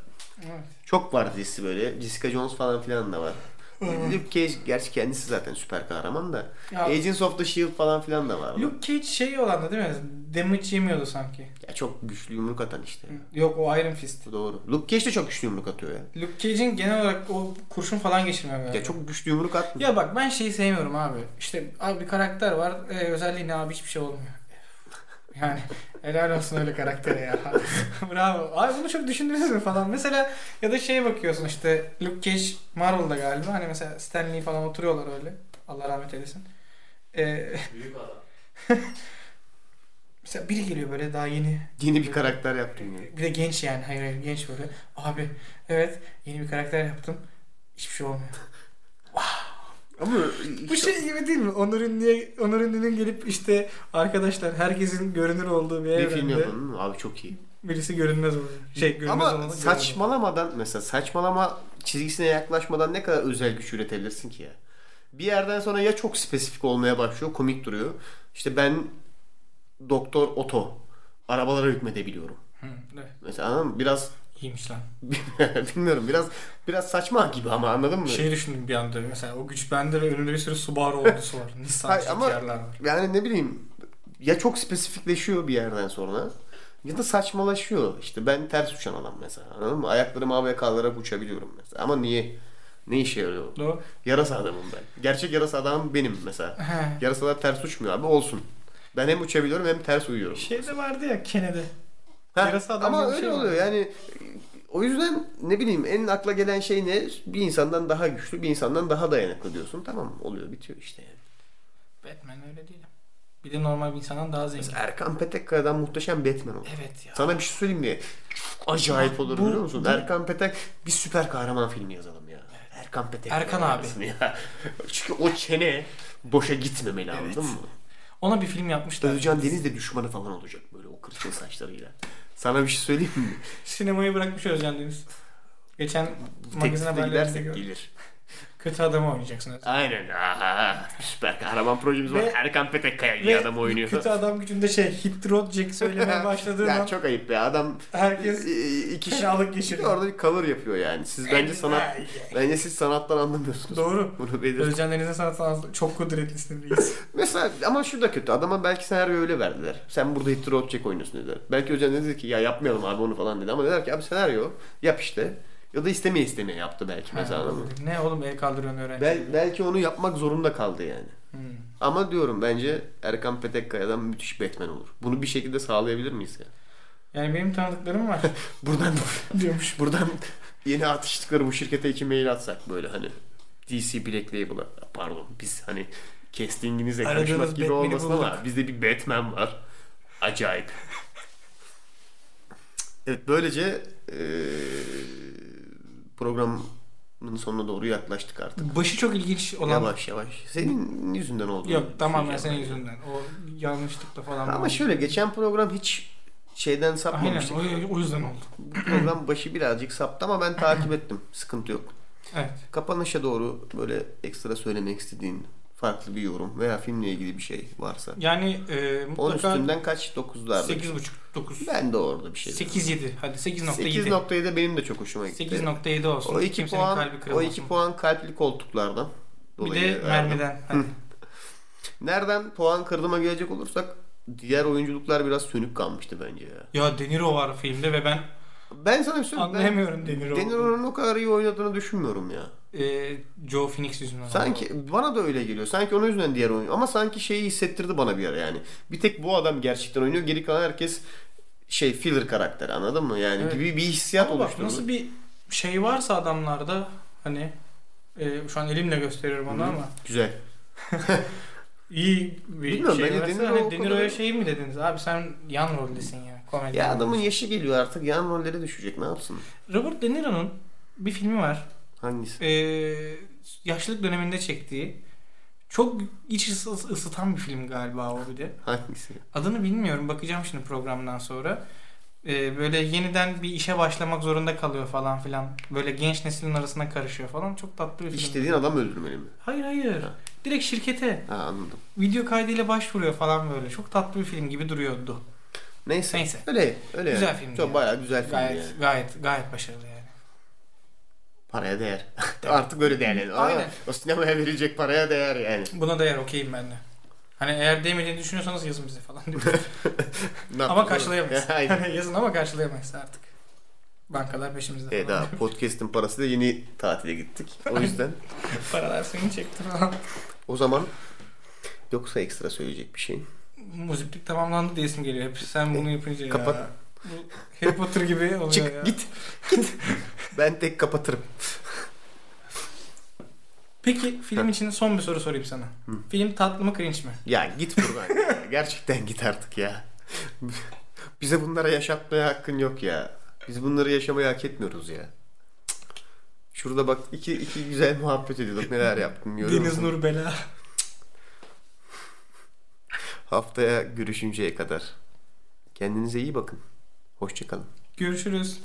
C: Evet.
A: Çok var dizisi böyle. Jessica Jones falan filan da var. Luke Cage gerçi kendisi zaten süper kahraman da.
C: Ya-
A: Agents of the Shield falan filan da var.
C: Luke Cage şey olan da değil mi? Damage yemiyordu sanki.
A: Ya çok güçlü yumruk atan işte.
C: Yok o Iron Fist.
A: Bu doğru. Luke Cage de çok güçlü yumruk atıyor ya.
C: Luke Cage'in genel olarak o kurşun falan geçirmiyor galiba.
A: Ya çok güçlü yumruk atmıyor.
C: Ya bak ben şeyi sevmiyorum abi. İşte abi bir karakter var. E, özelliği ne abi hiçbir şey olmuyor. Yani helal olsun öyle karaktere ya. Bravo. Abi bunu çok düşündünüz mü falan. Mesela ya da şeye bakıyorsun işte Luke Cage Marvel'da galiba. Hani mesela Stan Lee falan oturuyorlar öyle. Allah rahmet eylesin. E,
D: Büyük adam.
C: mesela biri geliyor böyle daha yeni.
A: Yeni bir karakter yaptım ya.
C: Bir de genç yani. Hayır hayır genç böyle. Abi evet yeni bir karakter yaptım. Hiçbir şey olmuyor.
A: Ama
C: Bu şey gibi değil mi? Onur Ünlü'ye Onur Ünlü'nün gelip işte arkadaşlar herkesin görünür olduğu bir
A: bir
C: evrende
A: film yapalım mı? Abi çok iyi.
C: birisi görünmez olur. Şey görünmez
A: Ama
C: olanı
A: saçmalamadan mesela saçmalama çizgisine yaklaşmadan ne kadar özel güç üretebilirsin ki ya? Bir yerden sonra ya çok spesifik olmaya başlıyor, komik duruyor. İşte ben Doktor Oto arabalara hükmedebiliyorum.
C: görünmez. Hı, evet.
A: Mesela anladın mı? Biraz
C: İyiymiş lan.
A: bilmiyorum biraz biraz saçma gibi ama anladın mı?
C: Şey düşündüm bir anda mesela o güç bende ve önümde bir sürü Subaru ordusu var. Nissan
A: Hayır, ama-
C: şekerler var.
A: Yani ne bileyim ya çok spesifikleşiyor bir yerden sonra ya da saçmalaşıyor. İşte ben ters uçan adam mesela anladın mı? Ayaklarımı havaya kaldırarak uçabiliyorum mesela. Ama niye? Ne işe yarıyor?
C: Doğru.
A: Yarasa adamım ben. Gerçek yarasa adamım benim mesela.
C: He.
A: Yarasalar ters uçmuyor abi olsun. Ben hem uçabiliyorum hem ters uyuyorum.
C: Şey de vardı ya Kene'de.
A: Ha,
C: yarasa adam
A: ama
C: gibi bir
A: öyle
C: şey var.
A: oluyor yani e, o yüzden ne bileyim en akla gelen şey ne? Bir insandan daha güçlü, bir insandan daha dayanıklı diyorsun. Tamam oluyor bitiyor işte yani.
C: Batman öyle değil. Bir de normal bir insandan daha zengin.
A: Mesela Erkan Petekkaya'dan muhteşem Batman olur.
C: Evet ya.
A: Sana bir şey söyleyeyim mi? Çok acayip olur
C: Bu-
A: biliyor musun?
C: bu-
A: Erkan Petek bir süper kahraman filmi yazalım ya. Erkan Petek.
C: Erkan
A: yazsın Ya. Çünkü o çene boşa gitmemeli anladın mı?
C: Ona bir film yapmışlar.
A: Özcan Deniz de düşmanı falan olacak böyle o kırçıl saçlarıyla. Sana bir şey söyleyeyim mi?
C: Sinemayı bırakmış Özcan Deniz. Geçen magazin
A: Teklifle
C: haberlerinde
A: gidersek
C: gördüm.
A: gelir.
C: Kötü adamı oynayacaksın Özcan.
A: Aynen. Aha, süper kahraman projemiz var.
C: Ve-
A: Erkan Petekkaya
C: Ve
A: gibi adam oynuyor.
C: Kötü adam gücünde şey Hit Rod Jack söylemeye başladığı
A: ya
C: an
A: çok ayıp be adam
C: herkes
A: e, iki
C: fenalık geçiriyor. E,
A: orada bir cover yapıyor yani. Siz bence sanat bence siz sanattan anlamıyorsunuz.
C: Doğru.
A: Bunu belirteyim.
C: Özcan Deniz'in sanat sanatı çok kudretlisin reis.
A: Mesela ama şu da kötü. Adama belki senaryo öyle verdiler. Sen burada Hitler Object oynuyorsun dediler. Belki hocam dedi ki ya yapmayalım abi onu falan dedi. Ama dediler ki abi senaryo yap işte. Ya da istemeye istemeye yaptı belki mesela.
C: Ha,
A: anladın mı?
C: ne oğlum el kaldırıyorsun öğrenci.
A: Bel- belki onu yapmak zorunda kaldı yani.
C: Hmm.
A: Ama diyorum bence Erkan Petekkaya'dan müthiş Batman olur. Bunu bir şekilde sağlayabilir miyiz ya?
C: Yani benim tanıdıklarım var
A: Buradan
C: diyormuş.
A: buradan yeni atıştıkları bu şirkete iki mail atsak böyle hani DC Black Label'a pardon biz hani castinginizle
C: Aradığınız
A: konuşmak gibi
C: Batman'i
A: olmasın
C: bulduk.
A: ama bizde bir Batman var. Acayip. evet böylece eee programın sonuna doğru yaklaştık artık.
C: Başı çok ilginç olan.
A: Yavaş yavaş. Senin yüzünden oldu.
C: Yok tamamen
A: Düşüneceğim
C: senin
A: ben.
C: yüzünden. O yanlışlıkla falan.
A: şey Ama
C: oldu.
A: şöyle geçen program hiç şeyden
C: Aynen
A: sapmamıştık.
C: o, o yüzden oldu.
A: Bu program başı birazcık saptı ama ben takip ettim. Sıkıntı yok.
C: Evet.
A: Kapanışa doğru böyle ekstra söylemek istediğin farklı bir yorum veya filmle ilgili bir şey varsa.
C: Yani e,
A: 10
C: mutlaka
A: üstünden kaç? 9'larda.
C: 8.5 9.
A: Ben de orada bir şey.
C: 8.7 hadi 8.7.
A: 8.7 benim de çok hoşuma gitti.
C: 8.7 olsun.
A: O 2
C: Kimsenin
A: puan,
C: kalbi
A: o
C: kırılmasın.
A: 2 puan kalpli koltuklardan.
C: bir
A: dolayı
C: de
A: verdim.
C: mermiden. hani, Hadi.
A: Nereden puan kırdığıma gelecek olursak diğer oyunculuklar biraz sönük kalmıştı bence ya.
C: Ya De Niro var filmde ve ben
A: Ben sana bir söyleyeyim. ben-
C: Anlayamıyorum De Niro.
A: De Niro'nun o kadar iyi oynadığını düşünmüyorum ya.
C: e, Joe Phoenix yüzünden.
A: Sanki bana da öyle geliyor. Sanki onun yüzünden diğer oyun. Ama sanki şeyi hissettirdi bana bir ara yani. Bir tek bu adam gerçekten oynuyor. Geri kalan herkes şey filler karakteri anladın mı? Yani
C: Evet.
A: gibi bir hissiyat
C: Ama bak
A: oluşturdu.
C: nasıl bir şey varsa adamlarda hani e, şu an elimle gösteriyorum onu ama
A: Güzel.
C: iyi bir
A: Bilmiyorum,
C: şey
A: bence
C: varsa
A: De Niro o
C: hani De Niro'ya
A: kadar-
C: şey mi dediniz? Abi sen yan roldesin ya. Komedi.
A: Ya adamın yaşı geliyor artık. Yan rollere düşecek. Ne yapsın?
C: Robert De Niro'nun bir filmi var.
A: Hangisi?
C: E, yaşlılık döneminde çektiği çok iç ısı- ısıtan bir film galiba o bir de.
A: Hangisi?
C: Adını bilmiyorum. Bakacağım şimdi programdan sonra. Ee, böyle yeniden bir işe başlamak zorunda kalıyor falan filan. Böyle genç neslin arasına karışıyor falan. Çok tatlı bir film.
A: İş dediğin adam öldürmeli mi?
C: Hayır hayır.
A: Ha.
C: Direkt şirkete
A: Ha anladım.
C: video kaydıyla başvuruyor falan böyle. Çok tatlı bir film gibi duruyordu.
A: Neyse.
C: Neyse.
A: Öyle. Öyle
C: Güzel
A: yani.
C: filmdi
A: Çok
C: ya.
A: bayağı güzel filmdi
C: Gayet
A: yani.
C: gayet gayet başarılı yani.
A: Paraya değer. artık böyle değer yani.
C: Aynen.
A: O sinemaya verilecek paraya değer yani.
C: Buna değer okeyim ben de. Hani eğer değmediğini düşünüyorsanız yazın bize falan diyor.
A: Ne
C: ama
A: yapacağız?
C: karşılayamayız.
A: Aynen.
C: yazın ama karşılayamayız artık. Bankalar peşimizde
A: Evet
C: falan.
A: abi E, podcast'in parası da yeni tatile gittik. O yüzden
C: Paralar suyunu çekti falan.
A: o zaman yoksa ekstra söyleyecek bir şeyin.
C: Muziplik tamamlandı diyesim geliyor hep. Sen bunu yapınca
A: kapat.
C: ya. Bu Harry Potter gibi oluyor
A: Çık
C: ya.
A: git. Ben tek kapatırım.
C: Peki film için son bir soru sorayım sana. Film tatlı mı cringe mi?
A: Ya git buradan. ya. Gerçekten git artık ya. Bize bunlara yaşatmaya hakkın yok ya. Biz bunları yaşamayı hak etmiyoruz ya. Şurada bak iki, iki güzel muhabbet ediyorduk. Neler yaptım görüyor
C: Deniz
A: musun?
C: Nur Bela.
A: Haftaya görüşünceye kadar. Kendinize iyi bakın. Hoşçakalın.
C: Görüşürüz.